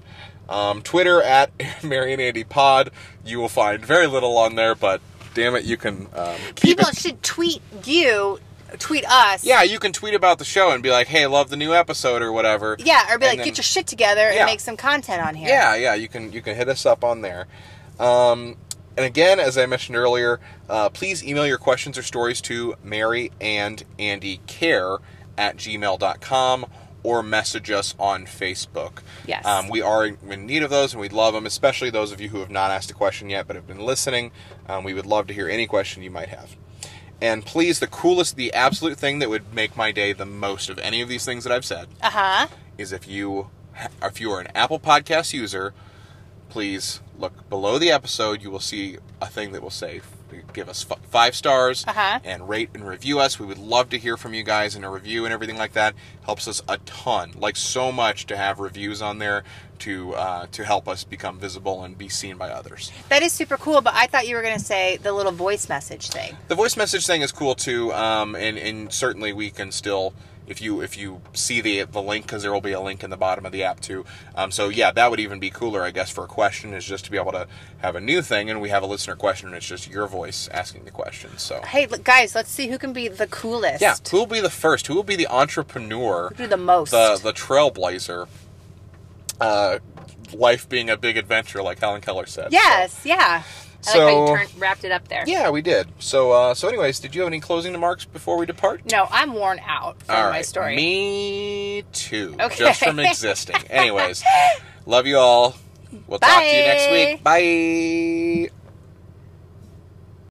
Um, Twitter at Mary and Andy Pod. You will find very little on there, but damn it, you can um, keep
People should tweet you, tweet us.
yeah, you can tweet about the show and be like, "Hey, love the new episode" or whatever.
Yeah, or be
And
like,
then-
get your shit together
Yeah.
and make some content on here.
Yeah, yeah, you can you can hit us up on there. Um, and again, as I mentioned earlier, uh, please email your questions or stories to Mary and Andy Care at gmail.com or message us on Facebook.
Yes.
Um, we are in in need of those and we love them, especially those of you who have not asked a question yet but have been listening. Um, we would love to hear any question you might have. And please, the coolest, the absolute thing that would make my day the most of any of these things that I've said
Uh huh.
is if you if you are an Apple Podcast user, please look below the episode. You will see a thing that will say give us f- five stars
Uh-huh.
and rate and review us. We would love to hear from you guys and a review and everything like that. Helps us a ton, like so much, to have reviews on there to uh, to help us become visible and be seen by others.
That is super cool, but I thought you were going to say the little voice message thing.
The voice message thing is cool too, um, and and certainly we can still. If you if you see the the link because there will be a link in the bottom of the app too, um, so yeah, that would even be cooler, I guess, for a question is just to be able to have a new thing, and we have a listener question, and it's just your voice asking the question. So
Hey, look, guys, let's see who can be the coolest.
yeah, who will be the first? Who will be the entrepreneur,
Do the most.
the the trailblazer? Uh, life being a big adventure, like Helen Keller said. So,
yes, yeah. I like how
So-
you turned, wrapped it up there.
yeah, we did. So uh, so anyways, did you have any closing remarks before we depart?
No, I'm worn out from
All
my
right,
story.
Me too.
Okay.
Just from existing. Anyways, love you all. We'll talk to you next
Bye.
week. Bye.